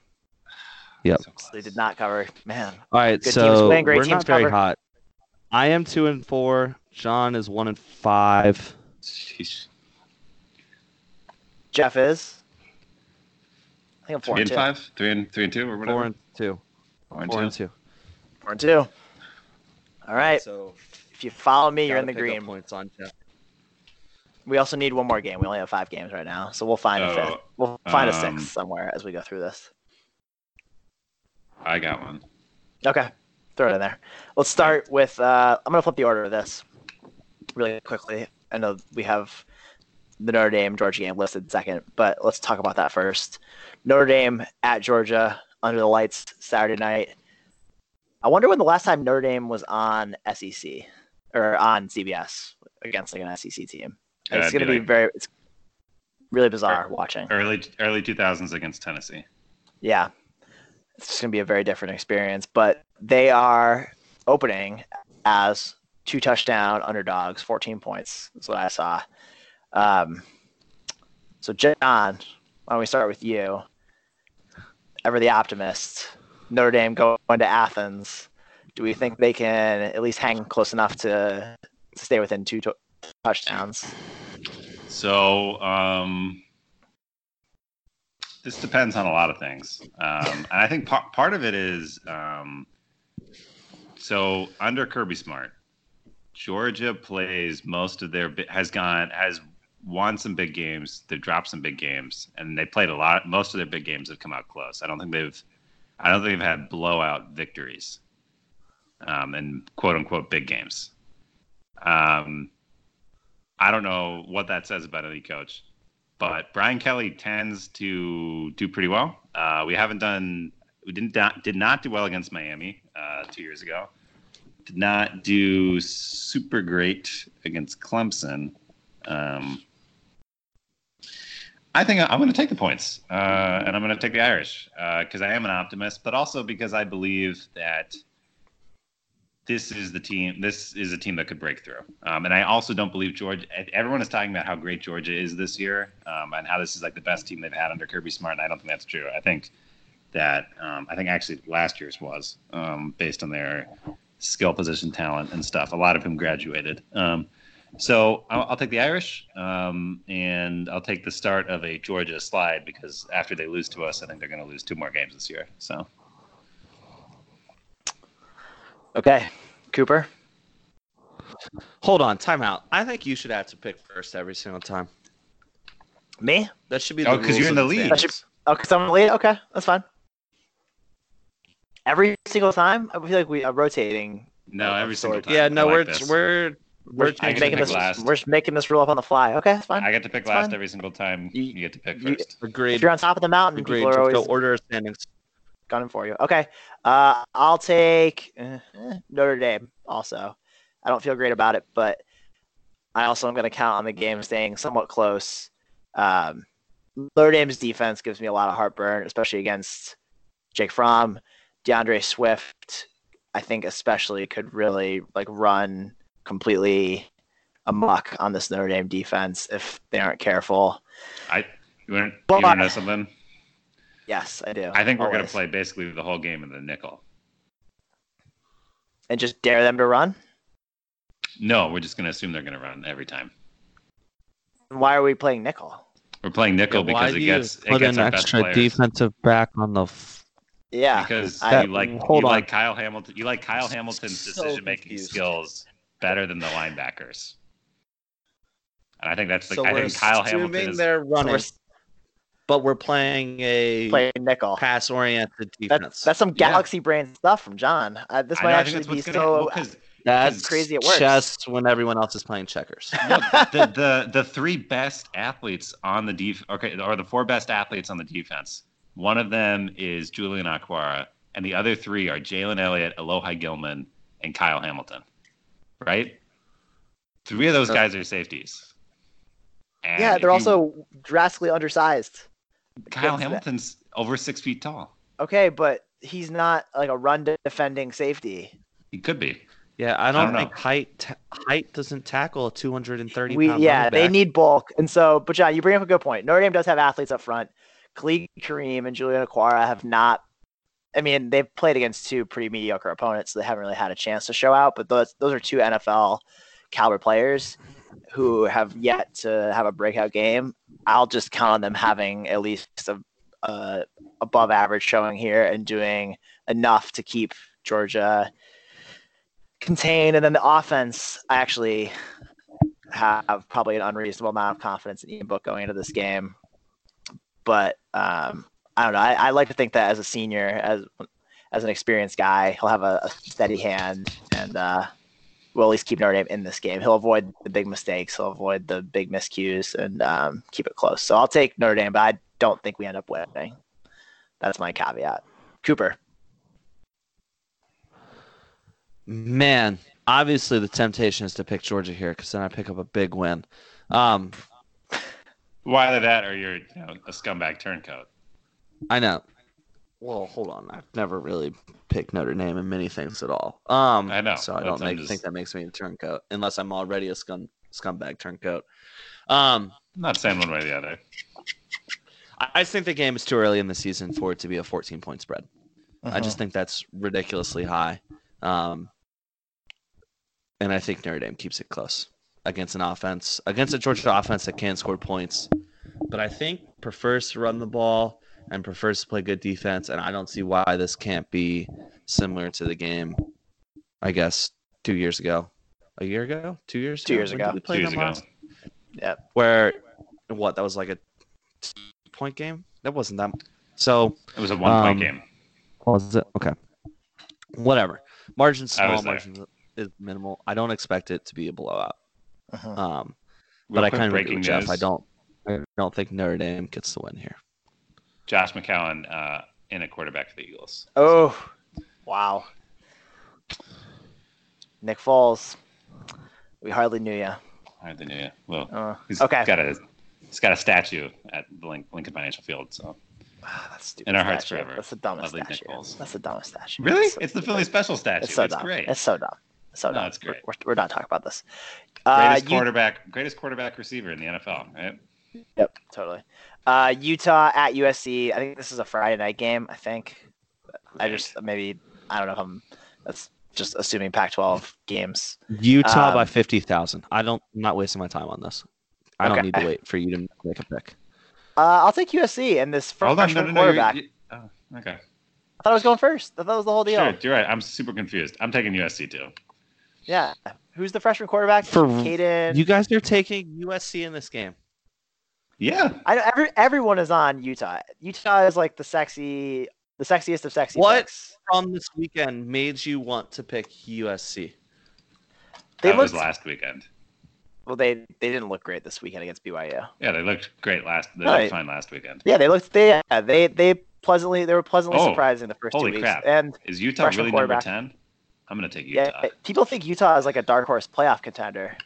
[SPEAKER 3] Yep.
[SPEAKER 2] So uh, close.
[SPEAKER 1] So they did not cover. Man.
[SPEAKER 3] All right,
[SPEAKER 1] Good
[SPEAKER 3] so
[SPEAKER 1] teams win, great
[SPEAKER 3] we're
[SPEAKER 1] teams
[SPEAKER 3] not very
[SPEAKER 1] cover.
[SPEAKER 3] hot. I am two and four. John is one and five.
[SPEAKER 2] Sheesh.
[SPEAKER 1] Jeff is? I think I'm 4
[SPEAKER 2] Three
[SPEAKER 1] and
[SPEAKER 2] and
[SPEAKER 1] 2.
[SPEAKER 2] five, three and three and two, or whatever.
[SPEAKER 3] Four and two.
[SPEAKER 2] Four and
[SPEAKER 3] Four and
[SPEAKER 2] two.
[SPEAKER 3] two.
[SPEAKER 1] 4 and 2. All right.
[SPEAKER 3] So
[SPEAKER 1] If you follow me, you're
[SPEAKER 3] gotta
[SPEAKER 1] in the
[SPEAKER 3] pick up
[SPEAKER 1] green.
[SPEAKER 3] Points on Jeff.
[SPEAKER 1] We also need one more game. We only have five games right now. So we'll find a
[SPEAKER 2] Oh,
[SPEAKER 1] fifth. We'll find a
[SPEAKER 2] um,
[SPEAKER 1] sixth somewhere as we go through this.
[SPEAKER 2] I got one.
[SPEAKER 1] Okay, throw it in there. Let's start with. Uh, I'm gonna flip the order of this really quickly. I know we have the Notre Dame Georgia game listed second, but let's talk about that first. Notre Dame at Georgia under the lights Saturday night. I wonder when the last time Notre Dame was on SEC or on CBS against like an SEC team.
[SPEAKER 2] Yeah,
[SPEAKER 1] it's
[SPEAKER 2] it'd
[SPEAKER 1] gonna
[SPEAKER 2] be
[SPEAKER 1] be,
[SPEAKER 2] like-
[SPEAKER 1] very. It's really bizarre watching.
[SPEAKER 2] Early early 2000s against Tennessee.
[SPEAKER 1] Yeah. It's just going to be a very different experience, but they are opening as two touchdown underdogs, 14 points is what I saw. Um, so, John, why don't we start with you? Ever the optimist, Notre Dame going to Athens. Do we think they can at least hang close enough to, to stay within two to- touchdowns?
[SPEAKER 2] So um, this depends on a lot of things, um, and I think par- part of it is um, so under Kirby Smart, Georgia plays most of their bi- has gone has won some big games. They've dropped some big games, and they played a lot. Most of their big games have come out close. I don't think they've I don't think they've had blowout victories, um, and quote unquote big games. Um, I don't know what that says about any coach, but Brian Kelly tends to do pretty well. Uh, we haven't done, we didn't not, did not do well against Miami uh, two years ago. Did not do super great against Clemson. Um, I think I- I'm going to take the points, uh, and I'm going to take the Irish because I am an optimist, but also because I believe that this is the team. This is a team that could break through. Um, and I also don't believe Georgia. Everyone is talking about how great Georgia is this year, um, and how this is like the best team they've had under Kirby Smart. And I don't think that's true. I think that um, I think actually last year's was um, based on their skill position, talent, and stuff. A lot of whom graduated. Um, so I'll, I'll take the Irish, um, and I'll take the start of a Georgia slide because after they lose to us, I think they're going to lose two more games this year. So
[SPEAKER 1] Okay, Cooper.
[SPEAKER 3] Hold on, timeout. I think you should have to pick first every single time.
[SPEAKER 1] Me?
[SPEAKER 3] That should be
[SPEAKER 2] Oh,
[SPEAKER 3] the
[SPEAKER 2] 'cause you're
[SPEAKER 3] rules
[SPEAKER 2] in the
[SPEAKER 3] of
[SPEAKER 2] lead.
[SPEAKER 1] That should-
[SPEAKER 3] dance.
[SPEAKER 1] Oh, because I'm late. Okay, that's fine. Every single time, I feel like we are rotating.
[SPEAKER 2] no, every single time.
[SPEAKER 3] Yeah, no,
[SPEAKER 2] I like
[SPEAKER 3] we're
[SPEAKER 2] this.
[SPEAKER 3] we're
[SPEAKER 1] We're,
[SPEAKER 3] we're
[SPEAKER 2] I get to
[SPEAKER 1] making
[SPEAKER 2] pick
[SPEAKER 1] this.
[SPEAKER 2] last.
[SPEAKER 1] We're making this rule up on the fly. Okay, that's fine.
[SPEAKER 2] I get to pick
[SPEAKER 1] It's
[SPEAKER 2] last
[SPEAKER 1] fine.
[SPEAKER 2] every single time.
[SPEAKER 1] You-
[SPEAKER 2] You, get to pick
[SPEAKER 1] you-
[SPEAKER 2] first.
[SPEAKER 1] if
[SPEAKER 3] agreed.
[SPEAKER 1] you're on top of the mountain,
[SPEAKER 3] Agreed.
[SPEAKER 1] people are
[SPEAKER 3] Just
[SPEAKER 1] always
[SPEAKER 3] go order of standings.
[SPEAKER 1] gunning for you. Okay, uh, I'll take eh, eh, Notre Dame. Also, I don't feel great about it, but I also am going to count on the game staying somewhat close. Um, Notre Dame's defense gives me a lot of heartburn, especially against Jake Fromm, DeAndre Swift. I think especially could really like run completely amok on this Notre Dame defense if they aren't careful.
[SPEAKER 2] I you want to
[SPEAKER 1] But-
[SPEAKER 2] you wanna know something?
[SPEAKER 1] Yes, I do.
[SPEAKER 2] I think we're going
[SPEAKER 1] Always.
[SPEAKER 2] to play basically the whole game in the nickel.
[SPEAKER 1] and just dare them to run?
[SPEAKER 2] No, we're just going to assume they're going to run every time.
[SPEAKER 1] Why are we playing nickel?
[SPEAKER 2] We're playing nickel
[SPEAKER 4] Yeah, why
[SPEAKER 2] because
[SPEAKER 4] do
[SPEAKER 2] it
[SPEAKER 4] you
[SPEAKER 2] gets it
[SPEAKER 5] Put
[SPEAKER 2] gets
[SPEAKER 5] an
[SPEAKER 2] our best
[SPEAKER 5] extra
[SPEAKER 2] players.
[SPEAKER 5] defensive back on the. F-
[SPEAKER 1] Yeah.
[SPEAKER 2] because
[SPEAKER 1] I-
[SPEAKER 2] you like
[SPEAKER 5] hold
[SPEAKER 2] you
[SPEAKER 5] on.
[SPEAKER 2] like Kyle Hamilton. You like Kyle Hamilton's
[SPEAKER 3] so
[SPEAKER 2] decision making
[SPEAKER 3] confused.
[SPEAKER 2] skills better than the linebackers. And I think that's the,
[SPEAKER 3] so
[SPEAKER 2] I
[SPEAKER 3] we're
[SPEAKER 2] think Kyle Hamilton
[SPEAKER 3] assuming
[SPEAKER 2] is
[SPEAKER 3] they're
[SPEAKER 1] So
[SPEAKER 3] running,
[SPEAKER 1] we're s-
[SPEAKER 3] but we're playing a
[SPEAKER 1] playing nickel.
[SPEAKER 3] pass-oriented defense.
[SPEAKER 1] That's, that's some
[SPEAKER 2] Yeah.
[SPEAKER 1] galaxy brain stuff from John. Uh, this
[SPEAKER 2] I
[SPEAKER 1] might
[SPEAKER 2] know, I think
[SPEAKER 1] actually
[SPEAKER 2] that's
[SPEAKER 1] be
[SPEAKER 2] what's gonna- well,
[SPEAKER 1] so.
[SPEAKER 2] 'cause
[SPEAKER 3] That's
[SPEAKER 1] crazy it works.
[SPEAKER 3] Chess when everyone else is playing checkers.
[SPEAKER 2] the, the the three best athletes on the def okay or the four best athletes on the defense. One of them is Julian Aquara, and the other three are Jalen Elliott, Alohi Gilman, and Kyle Hamilton. Right? Three of those guys are safeties. And
[SPEAKER 1] yeah,
[SPEAKER 2] if
[SPEAKER 1] they're
[SPEAKER 2] you-
[SPEAKER 1] also drastically undersized.
[SPEAKER 2] Kyle
[SPEAKER 1] against that-
[SPEAKER 2] Hamilton's over six feet tall.
[SPEAKER 1] Okay, but he's not like a run defending safety.
[SPEAKER 2] He could be.
[SPEAKER 3] yeah, I
[SPEAKER 2] don't
[SPEAKER 3] don't,
[SPEAKER 2] know.
[SPEAKER 3] think height ta- height doesn't tackle a 230
[SPEAKER 1] We
[SPEAKER 3] pound
[SPEAKER 1] yeah,
[SPEAKER 3] running
[SPEAKER 1] they
[SPEAKER 3] back.
[SPEAKER 1] need bulk, and so. But John, you bring up a good point. Notre Dame does have athletes up front. Khalid Kareem and Julian Aquara have not. I mean, they've played against two pretty mediocre opponents, so they haven't really had a chance to show out. But those those are two NFL caliber players who have yet to have a breakout game. I'll just count on them having at least a, a above average showing here and doing enough to keep Georgia contained. And then the offense, I actually have probably an unreasonable amount of confidence in Ian Book going into this game. But um, I don't know. I, I like to think that as a senior, as as an experienced guy, he'll have a, a steady hand and uh, will at least keep Notre Dame in this game. He'll avoid the big mistakes. He'll avoid the big miscues and um, keep it close. So I'll take Notre Dame, but I don't think we end up winning. That's my caveat. Cooper.
[SPEAKER 3] Man, obviously the temptation is to pick Georgia here because then I pick up a big win. Um,
[SPEAKER 2] Either that or you're you know, a scumbag turncoat.
[SPEAKER 3] I know. Well, hold on. I've never really picked Notre Dame in many things at all. Um,
[SPEAKER 2] I know.
[SPEAKER 3] So I
[SPEAKER 2] That's-
[SPEAKER 3] don't
[SPEAKER 2] I'm
[SPEAKER 3] make,
[SPEAKER 2] just-
[SPEAKER 3] think that makes me a turncoat unless I'm already a scum, scumbag turncoat. Um,
[SPEAKER 2] I'm not saying one way or the other.
[SPEAKER 3] I I just think the game is too early in the season for it to be a 14 point spread. I
[SPEAKER 2] Uh-huh.
[SPEAKER 3] just think that's ridiculously high. Um, and I think Notre Dame keeps it close against an offense, against a Georgia offense that can score points, but I think prefers to run the ball and prefers to play good defense. And I don't see why this can't be similar to the game, I guess, two years ago. A year ago? Two years
[SPEAKER 1] Two
[SPEAKER 3] ago?
[SPEAKER 1] years
[SPEAKER 3] When
[SPEAKER 1] ago.
[SPEAKER 3] Did we play
[SPEAKER 2] Two years
[SPEAKER 3] them
[SPEAKER 2] ago.
[SPEAKER 3] last?
[SPEAKER 1] Yep.
[SPEAKER 3] Where, what, that was like a point game? That wasn't that. So
[SPEAKER 2] It was a one point
[SPEAKER 3] Um,
[SPEAKER 2] game.
[SPEAKER 3] was it? Okay. Whatever. Margin's
[SPEAKER 2] I was
[SPEAKER 3] small.
[SPEAKER 2] there.
[SPEAKER 3] Margin is minimal. I don't expect it to be a blowout.
[SPEAKER 1] Uh-huh.
[SPEAKER 3] Um,
[SPEAKER 2] Real
[SPEAKER 3] but I
[SPEAKER 2] quick
[SPEAKER 3] kind of agree
[SPEAKER 2] breaking
[SPEAKER 3] with Jeff.
[SPEAKER 2] news.
[SPEAKER 3] I don't. I don't think Notre Dame gets the win here.
[SPEAKER 2] Josh McCown uh, in a quarterback for the Eagles.
[SPEAKER 1] Oh, wow. Nick Foles. We hardly knew you.
[SPEAKER 2] I knew you. Well,
[SPEAKER 1] Uh,
[SPEAKER 2] he's
[SPEAKER 1] okay.
[SPEAKER 2] got a he's got a statue at the Link, Lincoln Financial Field. So
[SPEAKER 1] Ah, that's stupid.
[SPEAKER 2] in our hearts
[SPEAKER 1] statue.
[SPEAKER 2] forever.
[SPEAKER 1] That's the dumbest
[SPEAKER 2] Lovely Nick
[SPEAKER 1] statue.
[SPEAKER 2] Foles.
[SPEAKER 1] That's the dumbest statue.
[SPEAKER 2] really,
[SPEAKER 1] It's so
[SPEAKER 2] it's the
[SPEAKER 1] stupid.
[SPEAKER 2] Philly special statue.
[SPEAKER 1] It's
[SPEAKER 2] It's,
[SPEAKER 1] so dumb.
[SPEAKER 2] great.
[SPEAKER 1] It's so dumb. It's so
[SPEAKER 2] No,
[SPEAKER 1] dumb.
[SPEAKER 2] it's great.
[SPEAKER 1] We're, we're not talking about this.
[SPEAKER 2] greatest
[SPEAKER 1] uh, you-
[SPEAKER 2] quarterback, greatest quarterback receiver in the NFL. Right?
[SPEAKER 1] Yep, totally. Uh, Utah at USC. I think this is a Friday night game. I think. I just maybe I don't know if I'm. That's just assuming Pac-12 games.
[SPEAKER 3] Utah by
[SPEAKER 1] Um,
[SPEAKER 3] fifty thousand. I don't. I'm not wasting my time on this. I don't
[SPEAKER 1] Okay.
[SPEAKER 3] need to wait for you to make a pick.
[SPEAKER 1] Uh, I'll take USC and this
[SPEAKER 2] Hold on,
[SPEAKER 1] freshman
[SPEAKER 2] no, no, no. you-
[SPEAKER 1] quarterback.
[SPEAKER 2] you- oh, okay,
[SPEAKER 1] I thought I was going first. I thought that was the whole deal.
[SPEAKER 2] sure, you're right. I'm super confused. I'm taking USC too.
[SPEAKER 1] Yeah. Who's the freshman quarterback?
[SPEAKER 3] For-
[SPEAKER 1] Caden.
[SPEAKER 3] You guys are taking USC in this game.
[SPEAKER 2] Yeah,
[SPEAKER 1] I know every, everyone is on Utah. Utah is like the sexy, the sexiest of sexy.
[SPEAKER 3] What?
[SPEAKER 1] picks.
[SPEAKER 3] From this weekend, made you want to pick USC.
[SPEAKER 1] They
[SPEAKER 2] that was
[SPEAKER 1] looked
[SPEAKER 2] last weekend.
[SPEAKER 1] well. They they didn't look great this weekend against BYU.
[SPEAKER 2] Yeah, they looked great last. They
[SPEAKER 1] Right.
[SPEAKER 2] looked fine last weekend.
[SPEAKER 1] Yeah, they looked. They yeah, they they pleasantly they were pleasantly
[SPEAKER 2] Oh,
[SPEAKER 1] surprising the first
[SPEAKER 2] holy
[SPEAKER 1] two weeks.
[SPEAKER 2] crap.
[SPEAKER 1] And
[SPEAKER 2] Is Utah
[SPEAKER 1] Freshman
[SPEAKER 2] really number
[SPEAKER 1] quarterback.
[SPEAKER 2] ten? I'm gonna take Utah.
[SPEAKER 1] yeah, people think Utah is like a dark horse playoff contender.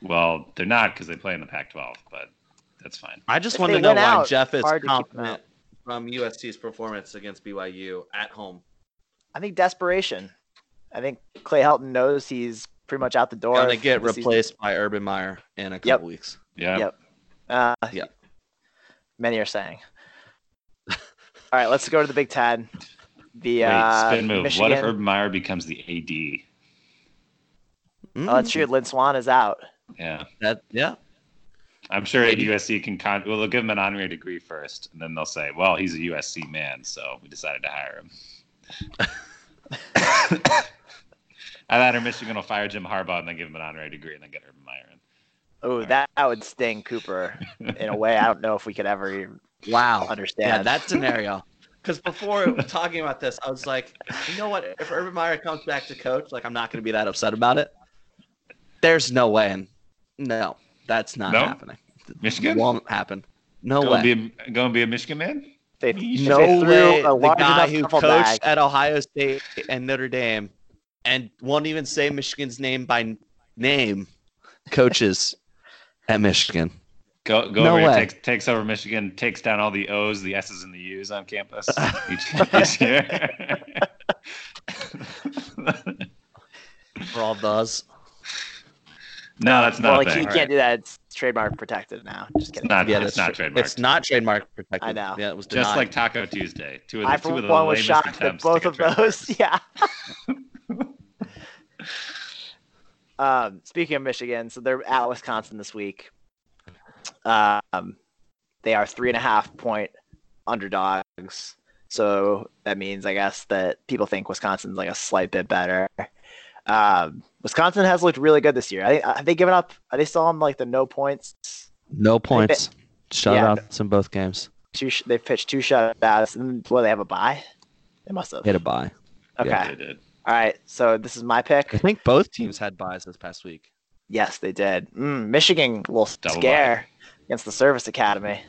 [SPEAKER 2] Well, they're not because they play in the Pac-12, but that's fine.
[SPEAKER 3] I just
[SPEAKER 1] If
[SPEAKER 3] want
[SPEAKER 1] they
[SPEAKER 3] to know
[SPEAKER 1] win
[SPEAKER 3] why
[SPEAKER 1] out,
[SPEAKER 3] Jeff is
[SPEAKER 1] it's hard to keep them
[SPEAKER 3] confident from USC's performance against BYU at home.
[SPEAKER 1] I think desperation. I think Clay Helton knows he's pretty much out the door.
[SPEAKER 3] Going to get
[SPEAKER 1] for the season.
[SPEAKER 3] replaced by Urban Meyer in a couple
[SPEAKER 1] Yep.
[SPEAKER 3] weeks.
[SPEAKER 2] Yeah.
[SPEAKER 1] Yep. Uh,
[SPEAKER 3] Yeah.
[SPEAKER 1] Many are saying. All right, let's go to the Big Ten. The
[SPEAKER 2] Wait,
[SPEAKER 1] uh,
[SPEAKER 2] spin move.
[SPEAKER 1] Michigan.
[SPEAKER 2] What if Urban Meyer becomes the
[SPEAKER 1] oh, that's true. Lynn Swan is out.
[SPEAKER 2] AD? Yeah,
[SPEAKER 3] Mm,
[SPEAKER 4] That yeah.
[SPEAKER 2] I'm sure USC can con. Well, they'll give him an honorary degree first, and then they'll say, "Well, he's a USC man, so we decided to hire him." I thought Michigan will fire Jim Harbaugh and then give him an honorary degree and then get Urban Meyer in.
[SPEAKER 1] Oh, that, that would sting Cooper in a way I don't know if we could ever even
[SPEAKER 3] Wow. Yeah,
[SPEAKER 1] understand.
[SPEAKER 3] that scenario.
[SPEAKER 4] Because before talking about this, I was like, you know what? If Urban Meyer comes back to coach, like I'm not going to be that upset about it.
[SPEAKER 3] There's no way. In, no, that's not
[SPEAKER 2] No?
[SPEAKER 3] happening.
[SPEAKER 2] Michigan?
[SPEAKER 3] Won't happen. No
[SPEAKER 2] Go
[SPEAKER 3] way.
[SPEAKER 2] and be a, go and be a Michigan man.
[SPEAKER 1] They- they
[SPEAKER 3] no
[SPEAKER 1] threw
[SPEAKER 3] way.
[SPEAKER 1] a
[SPEAKER 3] The
[SPEAKER 1] large
[SPEAKER 3] guy
[SPEAKER 1] enough
[SPEAKER 3] who
[SPEAKER 1] duffel
[SPEAKER 3] coached
[SPEAKER 1] bag.
[SPEAKER 3] at Ohio State and Notre Dame, and won't even say Michigan's name by n- name, coaches at Michigan.
[SPEAKER 2] Go go
[SPEAKER 3] No
[SPEAKER 2] over here,
[SPEAKER 3] way.
[SPEAKER 2] takes takes over Michigan, takes down all the O's, the S's, and the U's on campus each, each year.
[SPEAKER 4] For all those,
[SPEAKER 2] no, that's
[SPEAKER 1] Well,
[SPEAKER 2] not
[SPEAKER 1] like,
[SPEAKER 2] a
[SPEAKER 1] you
[SPEAKER 2] thing.
[SPEAKER 1] can't do that. It's trademark protected now. Just kidding.
[SPEAKER 2] Not,
[SPEAKER 3] Yeah,
[SPEAKER 2] it's
[SPEAKER 3] that's
[SPEAKER 2] not
[SPEAKER 3] true.
[SPEAKER 2] trademarked.
[SPEAKER 3] It's not trademark protected.
[SPEAKER 1] I know.
[SPEAKER 3] Yeah, it was denied.
[SPEAKER 2] Just like Taco Tuesday, two of the,
[SPEAKER 1] I
[SPEAKER 2] two
[SPEAKER 1] for
[SPEAKER 2] of the
[SPEAKER 1] one was
[SPEAKER 2] lamest
[SPEAKER 1] shocked that
[SPEAKER 2] attempts
[SPEAKER 1] both
[SPEAKER 2] to
[SPEAKER 1] of
[SPEAKER 2] get trademarked.
[SPEAKER 1] those. Yeah. um, speaking of Michigan, so they're at Wisconsin this week. Um, they are three and a half point underdogs, so that means I guess that people think Wisconsin's like a slight bit better. Um, Wisconsin has looked really good this year. I think have they given up? Are they still on like the no points
[SPEAKER 3] no points,
[SPEAKER 1] Yeah.
[SPEAKER 3] shutouts in both games.
[SPEAKER 1] two sh- they pitched two shutouts and well they have a bye they must have
[SPEAKER 3] Hit a bye.
[SPEAKER 1] okay
[SPEAKER 2] Yeah, they did.
[SPEAKER 1] all right so this is my
[SPEAKER 3] I
[SPEAKER 1] pick
[SPEAKER 3] think both teams had buys this past week.
[SPEAKER 1] yes they did mm, michigan will
[SPEAKER 2] Double
[SPEAKER 1] scare against the service academy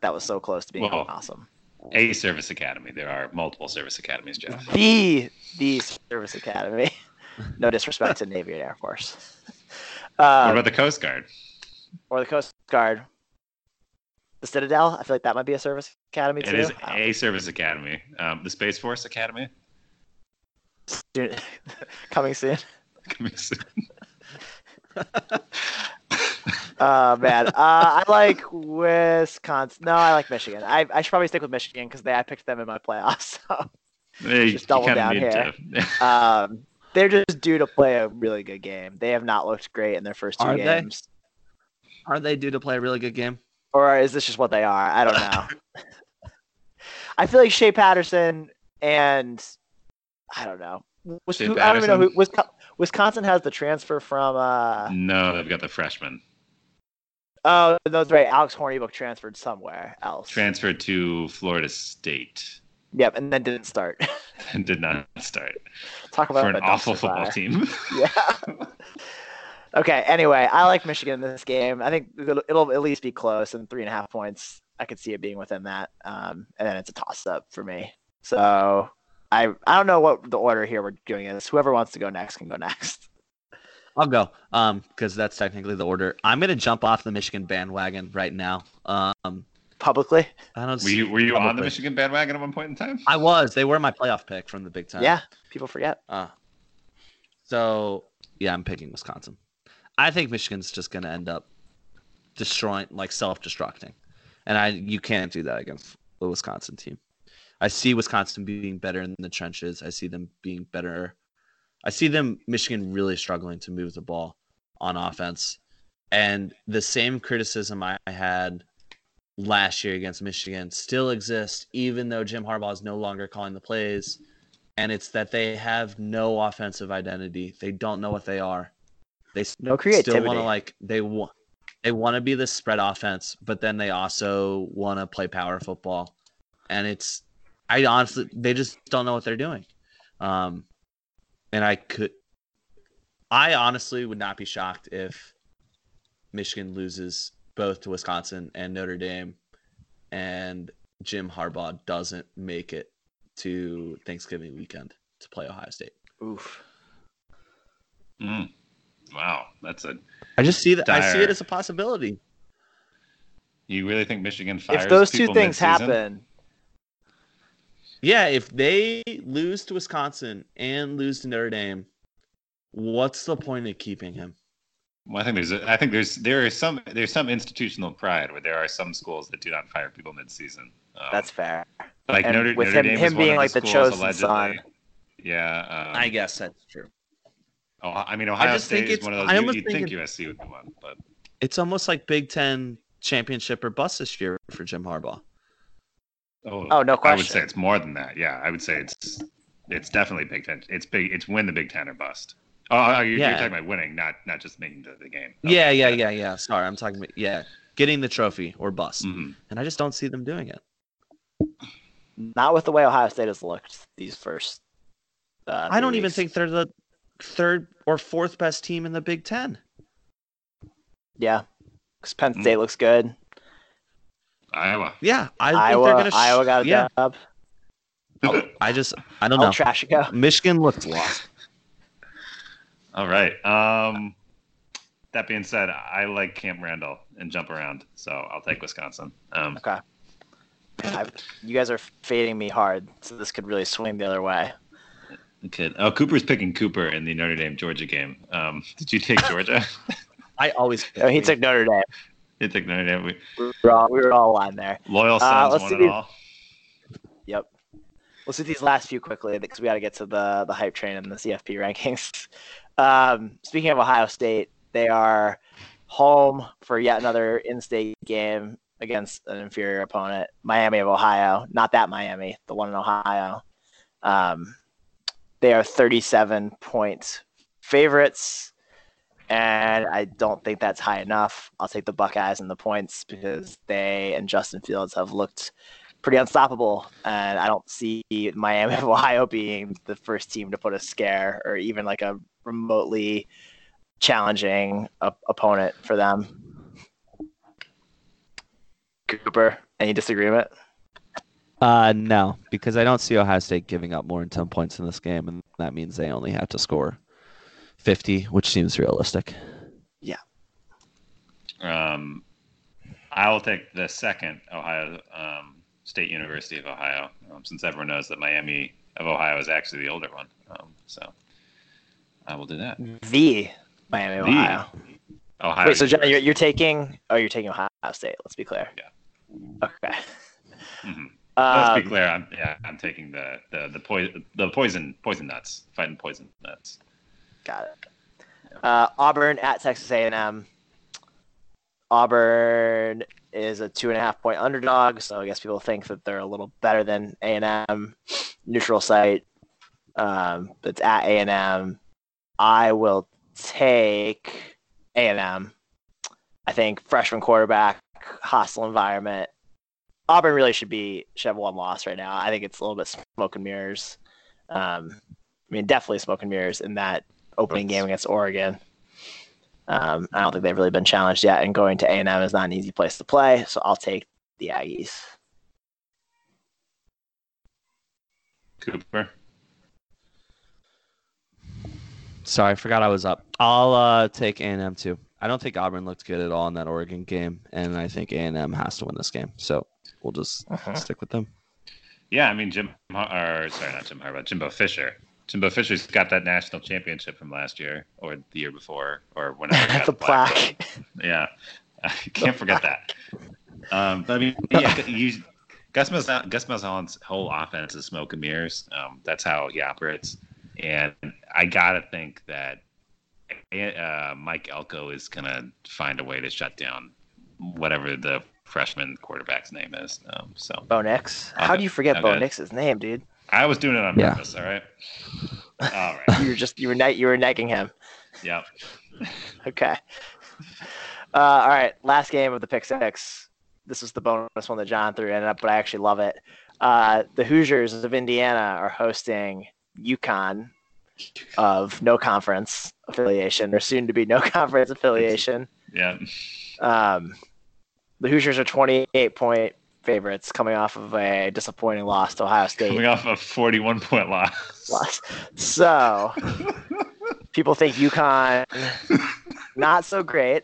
[SPEAKER 1] that was so close to being
[SPEAKER 2] Whoa.
[SPEAKER 1] awesome
[SPEAKER 2] A service academy. There are multiple service academies, Jeff.
[SPEAKER 1] the the service academy no disrespect to navy and air force uh,
[SPEAKER 2] what about the Coast Guard?
[SPEAKER 1] or the coast guard the citadel i feel like that might be a service academy
[SPEAKER 2] It
[SPEAKER 1] too
[SPEAKER 2] is
[SPEAKER 1] I don't
[SPEAKER 2] a service academy. Um, the Space Force Academy.
[SPEAKER 1] know. coming soon
[SPEAKER 2] Coming soon.
[SPEAKER 1] Oh man, uh, I like Wisconsin. No, I like Michigan. I, I should probably stick with Michigan because they I picked them in my playoffs. So
[SPEAKER 2] Hey,
[SPEAKER 1] Just double
[SPEAKER 2] kinda
[SPEAKER 1] down
[SPEAKER 2] need
[SPEAKER 1] here.
[SPEAKER 2] to.
[SPEAKER 1] um, they're just due to play a really good game. They have not looked great in their first two
[SPEAKER 3] Are they?
[SPEAKER 1] games,
[SPEAKER 3] Aren't they due to play a really good game?
[SPEAKER 1] or is this just what they are? I don't know. I feel like Shea Patterson and I don't know. Wis-
[SPEAKER 2] Shea
[SPEAKER 1] who- I don't even know who
[SPEAKER 2] Patterson?
[SPEAKER 1] Wisconsin, Wisconsin has the transfer from. Uh,
[SPEAKER 2] no, they've got the freshmen
[SPEAKER 1] oh, no, that's right. Alex Hornibrook transferred somewhere else.
[SPEAKER 2] transferred to Florida State
[SPEAKER 1] yep, and then didn't start.
[SPEAKER 2] and did not start
[SPEAKER 1] Talk about
[SPEAKER 2] for an
[SPEAKER 1] a dumpster
[SPEAKER 2] awful football
[SPEAKER 1] fire.
[SPEAKER 2] team.
[SPEAKER 1] yeah. okay. Anyway, I like Michigan in this game. I think it'll, it'll at least be close and three and a half points. I could see it being within that. Um, and then it's a toss up for me. So I I don't know what the order here we're doing is. Whoever wants to go next can go next.
[SPEAKER 3] I'll go um because that's technically the order. I'm gonna jump off the Michigan bandwagon right now. Um,
[SPEAKER 1] Publicly,
[SPEAKER 3] I don't.
[SPEAKER 2] Were
[SPEAKER 3] See,
[SPEAKER 2] you, were you on the
[SPEAKER 3] Probably.
[SPEAKER 2] Michigan bandwagon at one point in time?
[SPEAKER 3] I was. They were my playoff pick from the Big Ten.
[SPEAKER 1] yeah, people forget.
[SPEAKER 3] Uh, so yeah, I'm picking Wisconsin. I think Michigan's just gonna end up destroying, like self-destructing, and I you can't do that against the Wisconsin team. I see Wisconsin being better in the trenches. I see them being better. I see them Michigan really struggling to move the ball on offense, and the same criticism I had last year against Michigan still exists, even though Jim Harbaugh is no longer calling the plays and it's that they have no offensive identity. They don't know what they are. They s-
[SPEAKER 1] No
[SPEAKER 3] still
[SPEAKER 1] creativity.
[SPEAKER 3] want to like they want they want to be the spread offense, but then they also want to play power football, and it's I honestly they just don't know what they're doing, um, and I could I honestly would not be shocked if Michigan loses both to Wisconsin and Notre Dame, and Jim Harbaugh doesn't make it to Thanksgiving weekend to play Ohio State.
[SPEAKER 1] Oof.
[SPEAKER 2] Mm. Wow, that's a.
[SPEAKER 3] I just see that. I see
[SPEAKER 2] Dire.
[SPEAKER 3] it as a possibility.
[SPEAKER 2] You really think Michigan fires?
[SPEAKER 1] if those two
[SPEAKER 2] people
[SPEAKER 1] things
[SPEAKER 2] mid-season?
[SPEAKER 1] happen,
[SPEAKER 3] Yeah, if they lose to Wisconsin and lose to Notre Dame, what's the point of keeping him?
[SPEAKER 2] Well, I think there's a, I think there's there are some there's some institutional pride where there are some schools that do not fire people mid-season. Um,
[SPEAKER 1] That's fair.
[SPEAKER 2] like
[SPEAKER 1] and
[SPEAKER 2] Notre,
[SPEAKER 1] with
[SPEAKER 2] Notre
[SPEAKER 1] him-
[SPEAKER 2] Dame
[SPEAKER 1] him
[SPEAKER 2] was one
[SPEAKER 1] being
[SPEAKER 2] of
[SPEAKER 1] like the
[SPEAKER 2] schools
[SPEAKER 1] chosen
[SPEAKER 2] allegedly-
[SPEAKER 1] son.
[SPEAKER 2] Yeah, um,
[SPEAKER 4] I guess that's true.
[SPEAKER 2] Oh, I mean, Ohio
[SPEAKER 4] just
[SPEAKER 2] State
[SPEAKER 4] think
[SPEAKER 2] is
[SPEAKER 4] it's-
[SPEAKER 2] one of those.
[SPEAKER 4] I
[SPEAKER 2] you-
[SPEAKER 4] almost
[SPEAKER 2] you'd
[SPEAKER 4] think
[SPEAKER 2] think
[SPEAKER 4] it-
[SPEAKER 2] USC would be one, but
[SPEAKER 3] It's almost like Big Ten championship or bust this year for Jim Harbaugh.
[SPEAKER 2] oh,
[SPEAKER 1] Oh, no
[SPEAKER 2] I would say
[SPEAKER 1] question.
[SPEAKER 2] it's more than that. Yeah, I would say it's it's definitely Big Ten. It's big. It's win the Big Ten or bust. Oh, oh, you're,
[SPEAKER 3] Yeah.
[SPEAKER 2] you're talking about winning, not not just making the, the game.
[SPEAKER 3] yeah, yeah, yeah, yeah. Sorry, I'm talking about yeah, getting the trophy or
[SPEAKER 5] Mm.
[SPEAKER 3] bust,
[SPEAKER 2] hmm
[SPEAKER 3] and I just don't see them doing it.
[SPEAKER 1] Not with the way Ohio State has looked these first. Uh,
[SPEAKER 3] I
[SPEAKER 1] few
[SPEAKER 3] don't even
[SPEAKER 1] weeks.
[SPEAKER 3] think they're the third or fourth best team in the Big Ten.
[SPEAKER 1] Yeah, because Penn
[SPEAKER 2] Mm.
[SPEAKER 1] State looks good.
[SPEAKER 2] Iowa.
[SPEAKER 3] Yeah, I think they're
[SPEAKER 1] Iowa,
[SPEAKER 3] gonna. sh-
[SPEAKER 1] Iowa got a
[SPEAKER 3] yeah,
[SPEAKER 1] dub.
[SPEAKER 2] Oh.
[SPEAKER 3] I just I don't
[SPEAKER 1] El
[SPEAKER 3] know.
[SPEAKER 1] Trashico.
[SPEAKER 3] Michigan looked lost.
[SPEAKER 2] All right. Um, that being said, I like Camp Randall and jump around, so I'll take Wisconsin. Um,
[SPEAKER 1] Okay. I, you guys are fading me hard, so this could really swing the other way.
[SPEAKER 2] okay. Oh, Cooper's picking Cooper in the Notre Dame Georgia game. Um, did you take Georgia?
[SPEAKER 3] I always.
[SPEAKER 1] I mean, Oh, he took Notre Dame.
[SPEAKER 2] you took Notre Dame. We,
[SPEAKER 1] We were all, we were all on there.
[SPEAKER 2] loyal
[SPEAKER 1] Uh,
[SPEAKER 2] Sons
[SPEAKER 1] let's
[SPEAKER 2] won
[SPEAKER 1] do
[SPEAKER 2] it
[SPEAKER 1] these-
[SPEAKER 2] all.
[SPEAKER 1] Yep. Let's do these last few quickly because we got to get to the the hype train in the CFP rankings. Um, speaking of Ohio State, they are home for yet another in-state game against an inferior opponent, Miami of Ohio. Not that Miami, the one in Ohio. Um, they are 37 point favorites, and I don't think that's high enough. I'll take the Buckeyes and the points because they and Justin Fields have looked pretty unstoppable, and I don't see Miami of Ohio being the first team to put a scare or even like a remotely challenging op- opponent for them. Cooper, any disagreement?
[SPEAKER 5] Uh, no, because I don't see Ohio State giving up more than 10 points in this game, and that means they only have to score 50, which seems realistic.
[SPEAKER 2] Um, I will take the second Ohio um, State University of Ohio, um, since everyone knows that Miami of Ohio is actually the older one. Um, so I will do that.
[SPEAKER 1] The Miami of
[SPEAKER 2] The
[SPEAKER 1] Ohio.
[SPEAKER 2] Ohio.
[SPEAKER 1] Mm-hmm. Wait, so John, you're,
[SPEAKER 2] University.
[SPEAKER 1] you're taking? Oh, you're taking Ohio State. Let's be clear.
[SPEAKER 2] Yeah.
[SPEAKER 1] Okay.
[SPEAKER 2] Mhm.
[SPEAKER 1] Um,
[SPEAKER 2] Let's be clear. I'm yeah. I'm taking the the the poison the poison poison nuts fighting poison nuts.
[SPEAKER 1] Got it. Uh, Auburn at Texas A&M. Auburn is a two and a half point underdog, so I guess people think that they're a little better than A&M. Neutral site. Um, it's at A&M. I will take A&M. I think freshman quarterback, hostile environment. Auburn really should be should have one loss right now. I think it's a little bit smoke and mirrors. Um, I mean, definitely smoke and mirrors in that opening game against Oregon. Um, I don't think they've really been challenged yet, and going to A and M is not an easy place to play. So I'll take the Aggies.
[SPEAKER 2] Cooper.
[SPEAKER 5] Sorry, I forgot I was up. I'll uh, take A&M too. I don't think Auburn looked good at all in that Oregon game, and I think A&M has to win this game. So we'll just stick with them.
[SPEAKER 2] Yeah, I mean Jim Har- or sorry, not Jim Harbaugh, Jimbo Fisher. Jimbo Fisher's got that national championship from last year or the year before or whenever. he got
[SPEAKER 1] the plaque.
[SPEAKER 2] Yeah, I can't forget that. Um, but I mean, yeah, you, Gus Malzahn, Gus Malzahn's whole offense is smoke and mirrors. Um, that's how he operates, and I gotta think that uh, Mike Elko is gonna find a way to shut down whatever the freshman quarterback's name is. Um, so
[SPEAKER 1] Bo Nix. How
[SPEAKER 2] Okay.
[SPEAKER 1] do you forget Bo
[SPEAKER 2] Okay.
[SPEAKER 1] Nix's name, dude?
[SPEAKER 2] I was doing it on
[SPEAKER 5] Yeah.
[SPEAKER 2] purpose. All right. All right.
[SPEAKER 1] You were just you were ne- you were necking him.
[SPEAKER 2] Yeah.
[SPEAKER 1] Okay. Uh, all right. Last game of the pick six. This is the bonus one that John threw in, but I actually love it. Uh, the Hoosiers of Indiana are hosting UConn of no conference affiliation or soon to be no conference affiliation.
[SPEAKER 2] Yeah.
[SPEAKER 1] Um, the Hoosiers are 28 point favorites coming off of a disappointing loss to Ohio State.
[SPEAKER 2] Coming off a 41 point loss.
[SPEAKER 1] Lost. So people think UConn not so great.